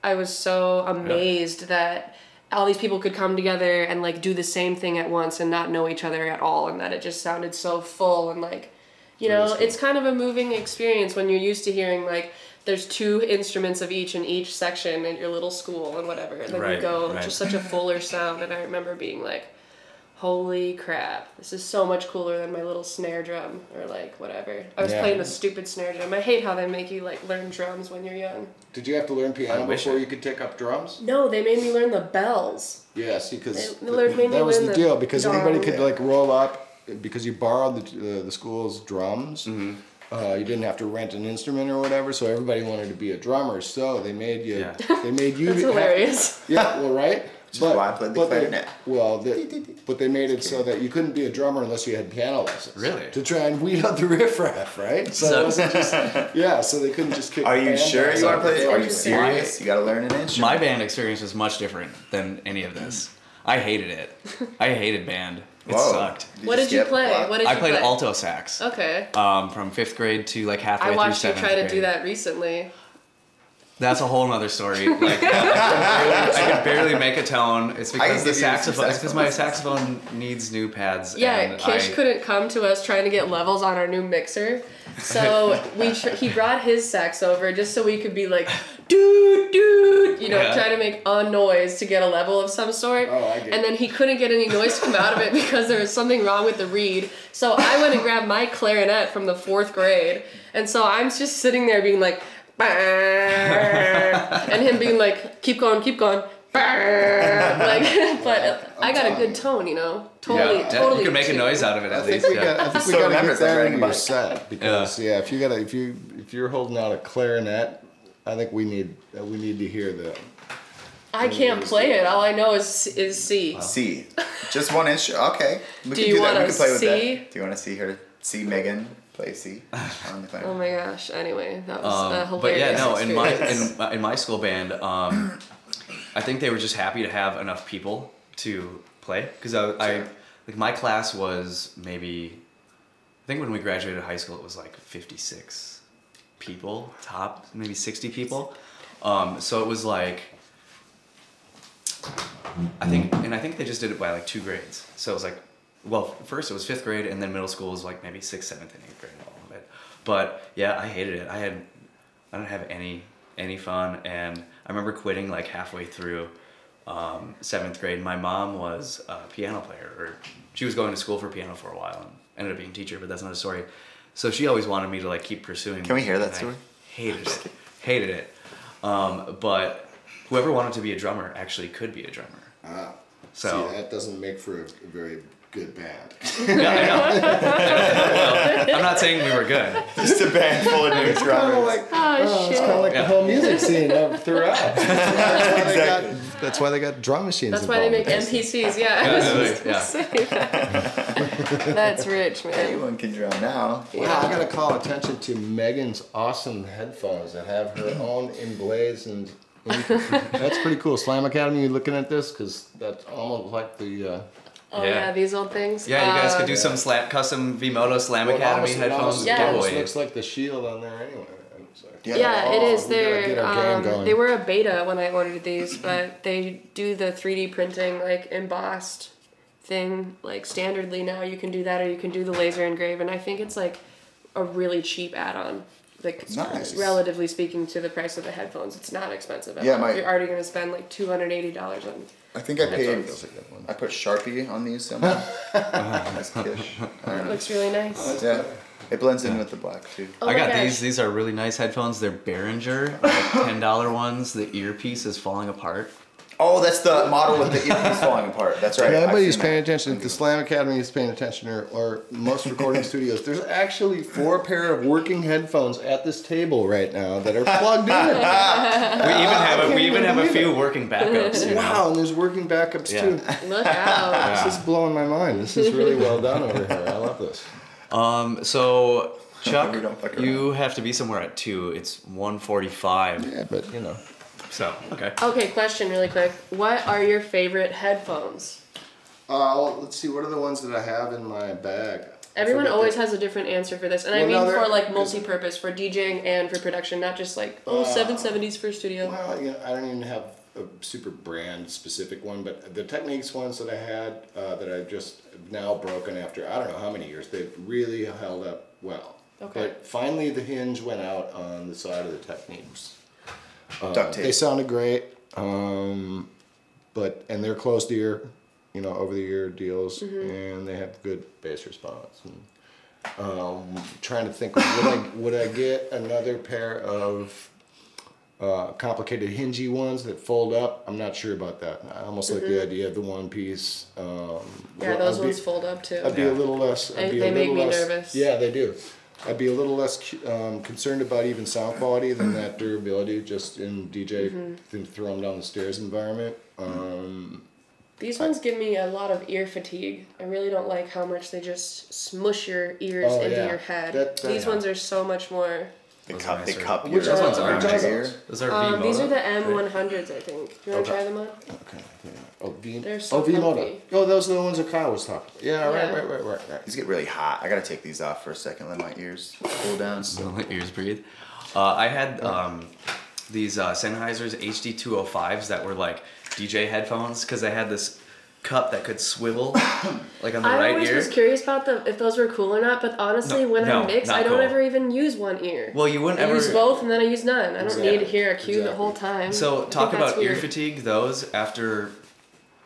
I was so amazed that all these people could come together and like do the same thing at once and not know each other at all, and that it just sounded so full and like, you know, it's kind of a moving experience when you're used to hearing like. There's two instruments of each in each section at your little school and whatever. And then Right, you go right. just such a fuller sound. And I remember being like, holy crap, this is so much cooler than my little snare drum or like whatever. I was Yeah. playing the stupid snare drum. I hate how they make you like learn drums when you're young. Did you have to learn piano I wish before I- you could take up drums? No, they made me learn the bells. Yes, because They- they learned- made me that was learn the the deal. Because anybody drum. could like roll up because you borrowed the uh, the school's drums. Mm-hmm. Uh, you didn't have to rent an instrument or whatever, so everybody wanted to be a drummer. So they made you. Yeah. They made you. That's have- hilarious. Yeah, well, right. Which is why I played the clarinet. They, well, the, but they made it so that you couldn't be a drummer unless you had piano lessons. Really? To try and weed out the riffraff, right? So, it So- wasn't just yeah. So they couldn't just kick. Are you band sure members you want out to play? the Are you door. serious? You got to learn an instrument. My band experience was much different than any of this. I hated it. I hated band. It Whoa. sucked. What did you skip a play? lot? What did I you played play? alto sax Okay. um, from fifth grade to like halfway I through watched you seventh try to do grade. that recently. That's a whole nother story. Like, I, can barely, I can barely make a tone. It's give because you the some saxophone. It's because my saxophone saxophone needs new pads. Yeah, and Kish I- couldn't come to us trying to get levels on our new mixer, so we tr- he brought his sax over just so we could be like, dude, dude, you know, Yeah. try to make a noise to get a level of some sort. Oh, I get And then he couldn't get any noise to come out of it because there was something wrong with the reed. So I went and grabbed my clarinet from the fourth grade, and so I'm just sitting there being like, "Bah," and him being like, keep going, keep going. "Bah," like, but I got a good tone, you know. Totally, yeah, totally. you can make a tuned. noise out of it at I think least. we yeah. got. I think we got So to remember, get it's like that riding in a your bike. set because yeah. if you got to if you if you're holding out a clarinet, I think we need uh, we need to hear that. I can't play it. All I know is is C. C. Just one instrument. Okay. We Do you that. wanna We can play with see? that. Do you want to see her? See Megan play C on the clarinet. Oh my gosh. Anyway, that was a Um, but hilarious. yeah, no. In my experience. in, my- in my school band, um, I think they were just happy to have enough people to play because I, I like my class was maybe I think when we graduated high school it was like fifty six people top maybe sixty people, um, so it was like I think and I think they just did it by like two grades so it was like well first it was fifth grade and then middle school was like maybe sixth seventh and eighth grade all of it but yeah I hated it I had I didn't have any any fun, and I remember quitting like halfway through um, seventh grade. My mom was a piano player, or she was going to school for piano for a while and ended up being a teacher, but that's another story. So she always wanted me to like keep pursuing. Can we hear that and I story? Hated it, hated it. Um, but whoever wanted to be a drummer actually could be a drummer. Ah, So- see, that doesn't make for a very good band. Yeah, I know. well, I'm not saying we were good. Just a band full of new drummers. oh It's kind of shit. like the whole music scene of- throughout. That's why, they got, that's why they got drum machines. That's why they make involved. MPCs. Yeah. I was Yeah, just gonna yeah. say that. That's rich, man. Anyone can drum now. Wow, I gotta call attention to Megan's awesome headphones that have Mm. her own emblazoned. that's pretty cool. Slam Academy, you looking at this? Because that's almost like the. Uh, Oh Yeah. yeah. these old things. Yeah, you guys could do Um, some slam, custom Vimoto Slam well, it Academy almost- it headphones almost- Yeah. It almost giveaways. looks like the shield on there anyway. I'm sorry. Yeah. Yeah, it is. we gotta get They're our game going. um, they were a beta when I ordered these, but they do the three D printing like embossed thing like standardly now. You can do that, or you can do the laser engrave, and I think it's like a really cheap add on. Like Nice. relatively speaking to the price of the headphones, it's not expensive at Yeah, all. my- You're already gonna spend like two hundred eighty dollars on. I think I paid. That's a good one. I put Sharpie on these somehow. That's kish. I don't know. Looks really nice. Yeah. It blends in with the black too. Oh I my got gosh. these. These are really nice headphones. They're Behringer, like ten dollar ones. The earpiece is falling apart. Oh, that's the model with the earpiece falling apart. That's right. Yeah, I've everybody's seen paying that. attention. If the Slam Academy is paying attention, or, or most recording studios, there's actually four pair of working headphones at this table right now that are plugged in. We even have a, we even have a few working backups. You know? wow, and there's working backups Yeah. too. Look out! This is blowing my mind. This is really well done over here. I love this. Um. So Chuck, We don't fuck around. you have to be somewhere at two. It's 1.45. Yeah, but you know, So okay. Okay, question really quick. What are your favorite headphones? uh, well, let's see. What are the ones that I have in my bag? Everyone Forget always the- has a different answer for this, and I Well, mean no, there- for like multi-purpose, for DJing and for production, not just like oh 770s for studio. Well, you know, I don't even have a super brand specific one, but the techniques ones that I had uh, that I've just now broken after I don't know how many years, they've really held up well. Okay. But finally, the hinge went out on the side of the techniques. Duct They tape. sounded great, um, but and they're closed ear, you know, over the year deals, Mm-hmm. and they have good bass response. And, um, trying to think, would I would I get another pair of uh, complicated hingy ones that fold up? I'm not sure about that. I almost like the idea of the one piece. Um, Mm-hmm. Yeah, I'd those be- ones fold up too. I'd be a little less. I'd They- be a they make little me less- nervous. Yeah, they do. I'd be a little less cu- um, concerned about even sound quality than that durability, just in DJ Mm-hmm. th- throw them down the stairs environment. Um, These ones give me a lot of ear fatigue. I really don't like how much they just smush your ears Oh, into yeah. your head. That- that- These ones are so much more. They Those cup, are they nicer. cup Which your ones are around those? your ear. Those are Um, V these are the Moda. M100s, I think. Do you want to try them on? okay. Oh, V. They're so oh, V Moda. comfy. Oh, those are the ones that Kyle was talking. About. Yeah, Yeah. Right, right, right, right, right. These get really hot. I gotta take these off for a second. Let my ears cool down. Don't let your ears breathe. Uh, I had um, these uh, Sennheiser's HD205s that were like DJ headphones because they had this cup that could swivel like on the I right always ear. was curious about them if those were cool or not, but honestly, No, when no, I mix, not I don't cool. ever even use one ear. Well, you wouldn't I ever- use both, and then I use none. I don't need to Exactly. hear a cue the whole time. I So think talk that's about ear weird. fatigue. Those after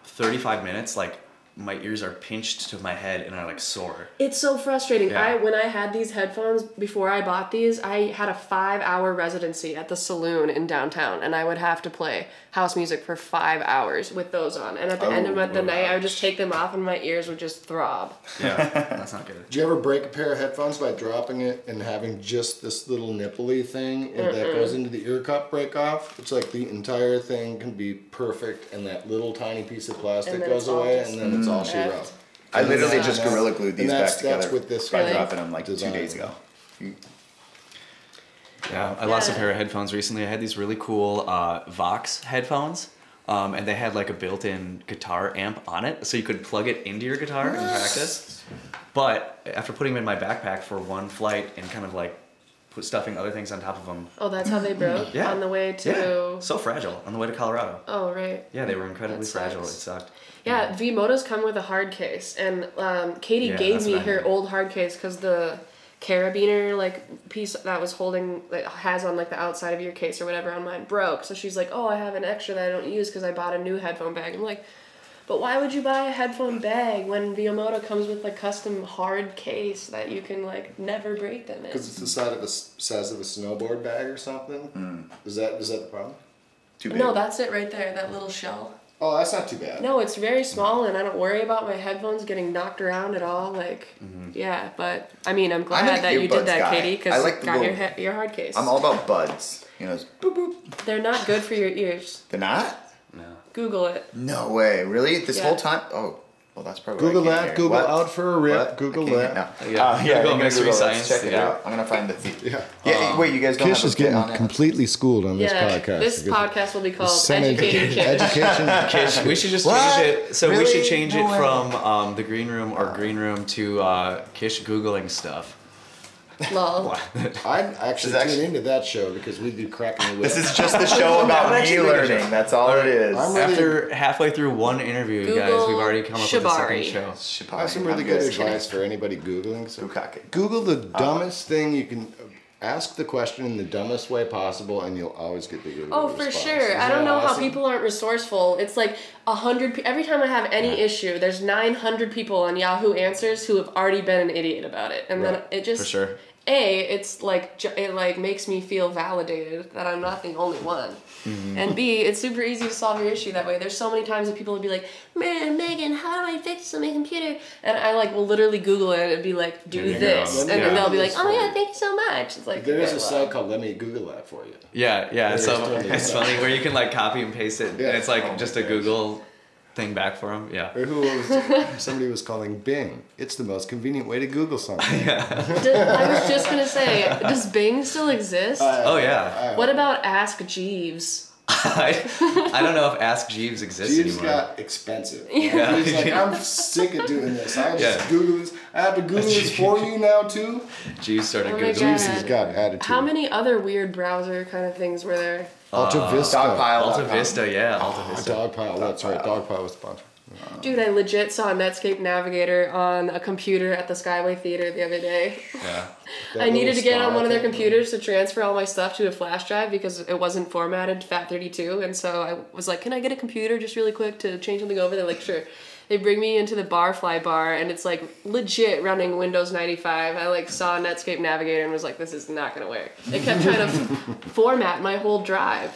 35 minutes, like my ears are pinched to my head and are like sore. It's so frustrating. Yeah. I when I had these headphones before I bought these, I had a five hour residency at the saloon in downtown, and I would have to play house music for five hours with those on. And at the Oh, end of the night, I would just take them off, and my ears would just throb. Yeah, that's not good. Did you ever break a pair of headphones by dropping it and having just this little nipply thing and that goes into the ear cup break off? It's like the entire thing can be perfect and that little tiny piece of plastic And then goes it's all away just and then it's all she wrapped. wrote. I literally that's- just gorilla glued these and that's- back together. that's what this by Really? dropping them like design two days was. ago. Yeah, I lost a Yeah. pair of headphones recently. I had these really cool uh, Vox headphones, um, and they had like a built-in guitar amp on it, so you could plug it into your guitar and practice. But after putting them in my backpack for one flight and kind of like put stuffing other things on top of them, Oh, that's how they broke yeah, on the way to. yeah, so fragile on the way to Colorado. Oh right. Yeah, they were incredibly That fragile. It sucks. sucked. Yeah, V Motos come with a hard case, and um, Katie Yeah, gave that's me what I her had. old hard case because the carabiner like piece that was holding that has on like the outside of your case or whatever on mine broke. So she's like, "Oh, I have an extra that I don't use because I bought a new headphone bag." I'm like, "But why would you buy a headphone bag when Vimoto comes with a custom hard case that you can like never break them in?" Because it's the side of a s- size of a snowboard bag or something. Hmm. Is that is that the problem? Too big. No, that's it right there. That little shell. Oh, that's not too bad. No, it's very small, and I don't worry about my headphones getting knocked around at all. Like, yeah, but I mean, I'm glad Mm-hmm. I'm an that you earbuds did that, guy. Katie, I because like the got your little- he- your hard case. I'm all about buds. You know, it's boop boop. They're not good for your ears. They're not. Google it. No way. Really? This Yeah. whole time? Oh, well, that's probably. Google why I that. can't hear. Google What? out for a rip. What? Google I can't that. hear- No. Yeah. Uh, yeah. Google I'm gonna mystery Google that. science. Check it Yeah. out. I'm gonna find the. The- Yeah. Yeah. wait, you guys don't Kish have is a bit getting on it? completely schooled on this yeah, podcast. this podcast will be called Educating education. Kids. education. We should just What? change it. So we should Really? change No it way. from um, the green room or green room to uh, Kish googling stuff. Lol. I'd actually This is tune actually- into that show because we do cracking the whip. This is just the show about me actually gonna learning. That's all it is. I'm really- After halfway through one interview, guys, we've already come up Shibari. with a second show. Shibari, I have some I'm really good just kidding. advice for anybody Googling. So Bukkake. Google the Uh-huh. dumbest thing you can. uh, Ask the question in the dumbest way possible, and you'll always get the Google Oh, for response. sure. Isn't I don't that know how awesome? people aren't resourceful. It's like a hundred. Pe- every time I have any issue, there's nine hundred people on Yahoo Answers who have already been an idiot about it, and Right. then it just For sure. A, it's like ju- it like makes me feel validated that I'm not the only one, Mm-hmm. and B, it's super easy to solve your issue that way. There's so many times that people would be like, "Man, Megan, how do I fix my computer?" And I like will literally Google it and be like, "Do Here you this," go. and then Yeah. they'll be like, "Oh my god, thank you so much." It's like There okay, is a well. site called Let Me Google That for you. Yeah, yeah. It It's, is so, totally it's fine. funny where you can like copy and paste it. Yeah. And it's like Oh my just a gosh. Google thing back for them. Yeah. Or who was somebody was calling Bing? It's the most convenient way to Google something. Does- I was just gonna say, does Bing still exist? Oh yeah. what about Ask Jeeves? I, I don't know if Ask Jeeves exists Jeeves anymore. got expensive. He's like, I'm sick of doing this. I just Yeah. Google this. I have to Google this for you now too. Jeeves Oh started my googling. God. Jeeves has got attitude. How many other weird browser kind of things were there? Alta Vista. Dogpile. Alta Vista, yeah, Alta Oh, Vista. Dogpile. That's right. Dogpile was sponsored. Dude, I legit saw Netscape Navigator on a computer at the Skyway Theater the other day. Yeah. I needed to get on one of their computers. computers to transfer all my stuff to a flash drive because it wasn't formatted to FAT32. And so I was like, can I get a computer just really quick to change something over? They're like, sure. They bring me into the Barfly bar and it's like legit running Windows 95. I like saw Netscape Navigator and was like, this is not gonna work. It kept trying to format my whole drive.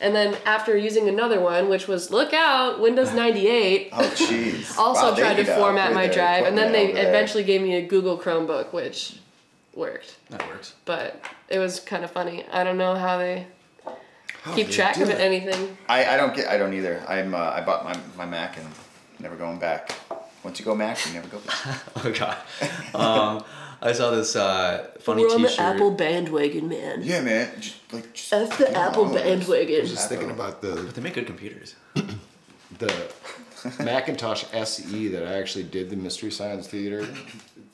And then after using another one, which was look out, Windows 98, Oh, jeez. also Wow, they tried to need to format upgrade my their drive. And then they equipment over there. eventually gave me a Google Chromebook, which worked That works. but it was kind of funny. I don't know how they keep track of anything. I, I don't get. I don't either. I'm. Uh, I bought my, my Mac and never going back. Once you go Mac, you never go back. Oh god. Um, I saw this uh, funny We're on T-shirt. the Apple bandwagon, man. yeah, man. Just, like just. F the yeah, Apple oh, bandwagon. Just thinking about the But they make good computers. the Macintosh SE that I actually did the Mystery Science Theater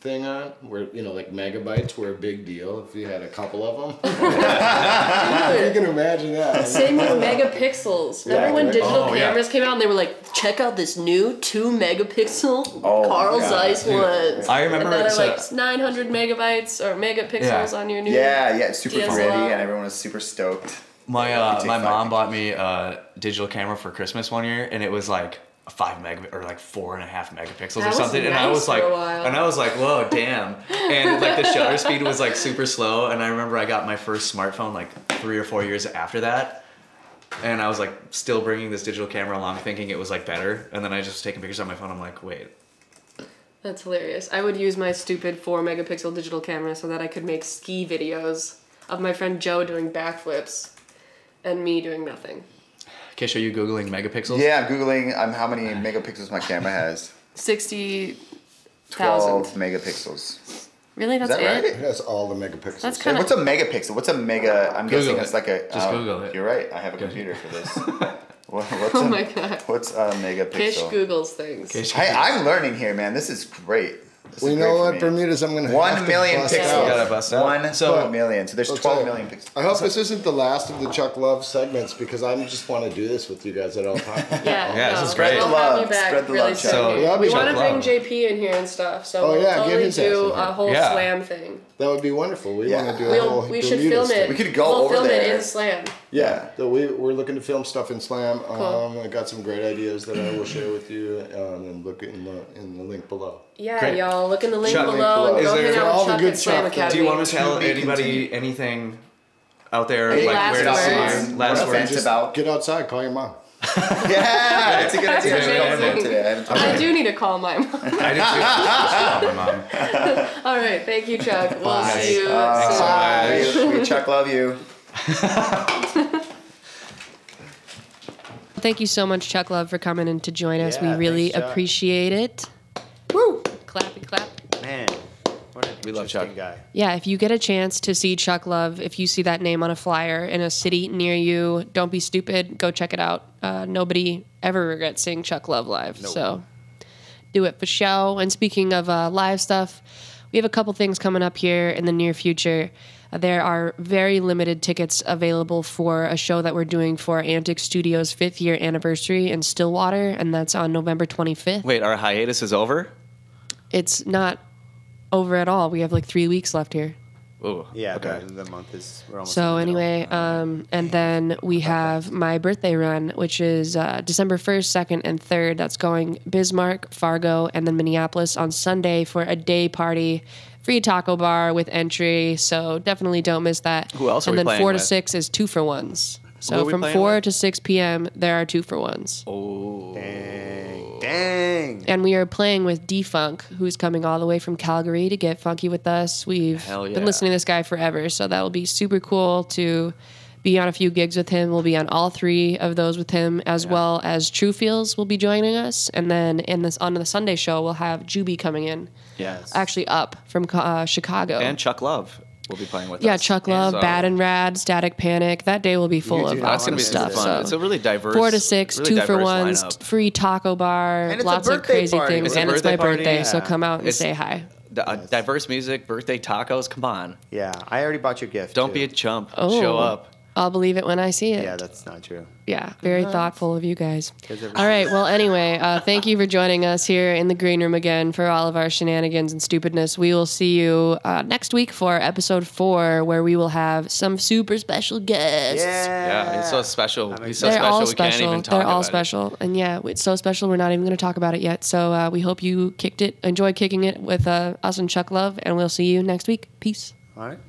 thing on, where you know like megabytes were a big deal if you had a couple of them. you can imagine that. Same with megapixels. Remember Yeah, when right. digital Oh, yeah. cameras came out and they were like, check out this new two megapixel Oh, my Carl God. Zeiss Dude, one. I remember and now it's they're a- like 900 megabytes or megapixels Yeah. on your new. Yeah, yeah. It's super DSLR. pretty, and everyone was super stoked. My You uh, take my five mom bought me a digital camera for Christmas one year, and it was like a five meg or like four and a half megapixels That or was something. and I nice was for like, a while. and I was like, whoa, damn! And like the shutter speed was like super slow. And I remember I got my first smartphone like three or four years after that, and I was like still bringing this digital camera along, thinking it was like better. And then I just was taking pictures on my phone. I'm like, wait, That's hilarious. I would use my stupid 4 megapixel digital camera so that I could make ski videos of my friend Joe doing backflips and me doing nothing. Kish, are you googling megapixels? Yeah, I'm googling. um, how many megapixels my camera has. 60,000. Twelve megapixels. Really? That's that it? right? That's all the megapixels. That's Hey, kind what's of. a megapixel? What's a mega? I'm Google guessing it. it's like a. Just oh, Google it. You're right. I have a computer for this. what, what's Oh a, my God. What's a Kish megapixel? Googles things. Kish, Hey, I'm learning here, man. This is great. This is Well, you great know what, me. Bermuda's I'm gonna have One to million bust pixels. out. Gotta bust out. One So- million. So there's I'll twelve tell million you, pixels. I hope this isn't the last of the Chuck Love segments because I just want to do this with you guys at all times. Yeah, Yeah, this no, is great. we'll Spread the have love, you back spread the really love, soon. Chuck. Yeah, we Chuck want to bring Love. JP in here and stuff, so Oh, we'll yeah, get totally his ass do in here. a whole Yeah. slam thing. That would be wonderful. We Yeah. want to do a We'll, whole we should Bermuda film thing. it. We could go we'll over film it there. in slam. Yeah, the, we, we're looking to film stuff in Slam. Um, Cool. I got some great ideas that I will share with you um, and look in the, in the link below. Yeah, Great. y'all, look in the link Chuck, below and is go there- hang out with all the Chuck good at Slam stuff there. Academy. do you want to tell To be anybody continued. anything out there? Any like last where to see words? you? Last What words. It's about- Get outside, call your mom. Yeah, it's a good That's idea. I haven't done it amazing. today. I haven't done I it. do need to call my mom. I did too. Oh, my mom. All right, thank you, Chuck. We'll see you soon. Bye. We- we Chuck love you. Thank you so much, Chuck Love, for coming and to join us. Yeah, we really thanks, Chuck. appreciate it. Woo! Clappy clap. Man, what an We we love interesting Chuck. guy. Yeah, if you get a chance to see Chuck Love, if you see that name on a flyer in a city near you, don't be stupid. Go check it out. Uh, nobody ever regrets seeing Chuck Love live. So do it for show. And speaking of uh, live stuff, we have a couple things coming up here in the near future. Uh, There are very limited tickets available for a show that we're doing for Antic Studios' fifth year anniversary in Stillwater, and that's on November 25th. Wait, our hiatus is over. It's not over at all. We have like three weeks left here. Ooh. Yeah, Okay. the, the month is. We're almost So in the middle. anyway, um, and then we have my birthday run, which is uh, December first, second, and third. That's going Bismarck, Fargo, and then Minneapolis on Sunday for a day party, free taco bar with entry. So definitely don't miss that. Who else are And we then playing four to with? six is two for ones. Who So are we from playing four with? to six p.m. there are two for ones, Oh, Dang. Dang. and we are playing with Defunk, who's coming all the way from Calgary to get funky with us. We've Hell yeah. been listening to this guy forever, so that will be super cool to be on a few gigs with him. We'll be on all three of those with him, as well as True Feels will be joining us, and then in this on the Sunday show we'll have Juby coming in, Yes. actually up from uh, Chicago. And Chuck Love will be playing with yeah, us. Chuck Love, So- Bad and Rad, Static Panic. That day will be full do of not That's gonna awesome be stuff. wanna miss fun. So. It's a really diverse. Four to six, really two for diverse ones, lineup. free taco bar, And it's a lots of birthday crazy party. things, It's a and it's birthday my party, birthday, so yeah. come out and It's- say hi. D- uh, diverse music, birthday tacos. Come on, Yeah, I already bought your gift. don't too. be a chump. Oh. Show up. I'll believe it when I see it. Yeah, that's not true. Yeah, very thoughtful of you guys. Guys ever All right. Well, anyway, uh, thank you for joining us here in the green room again for all of our shenanigans and stupidness. We will see you uh, next week for episode four, where we will have some super special guests. Yeah, he's so special. I'm He's so They're special. all we can't special. even talk They're all about it. special. And yeah, it's so special. We're not even going to talk about it yet. So uh, we hope you kicked it, enjoy kicking it with uh, us and Chuck Love, and we'll see you next week. Peace. All right.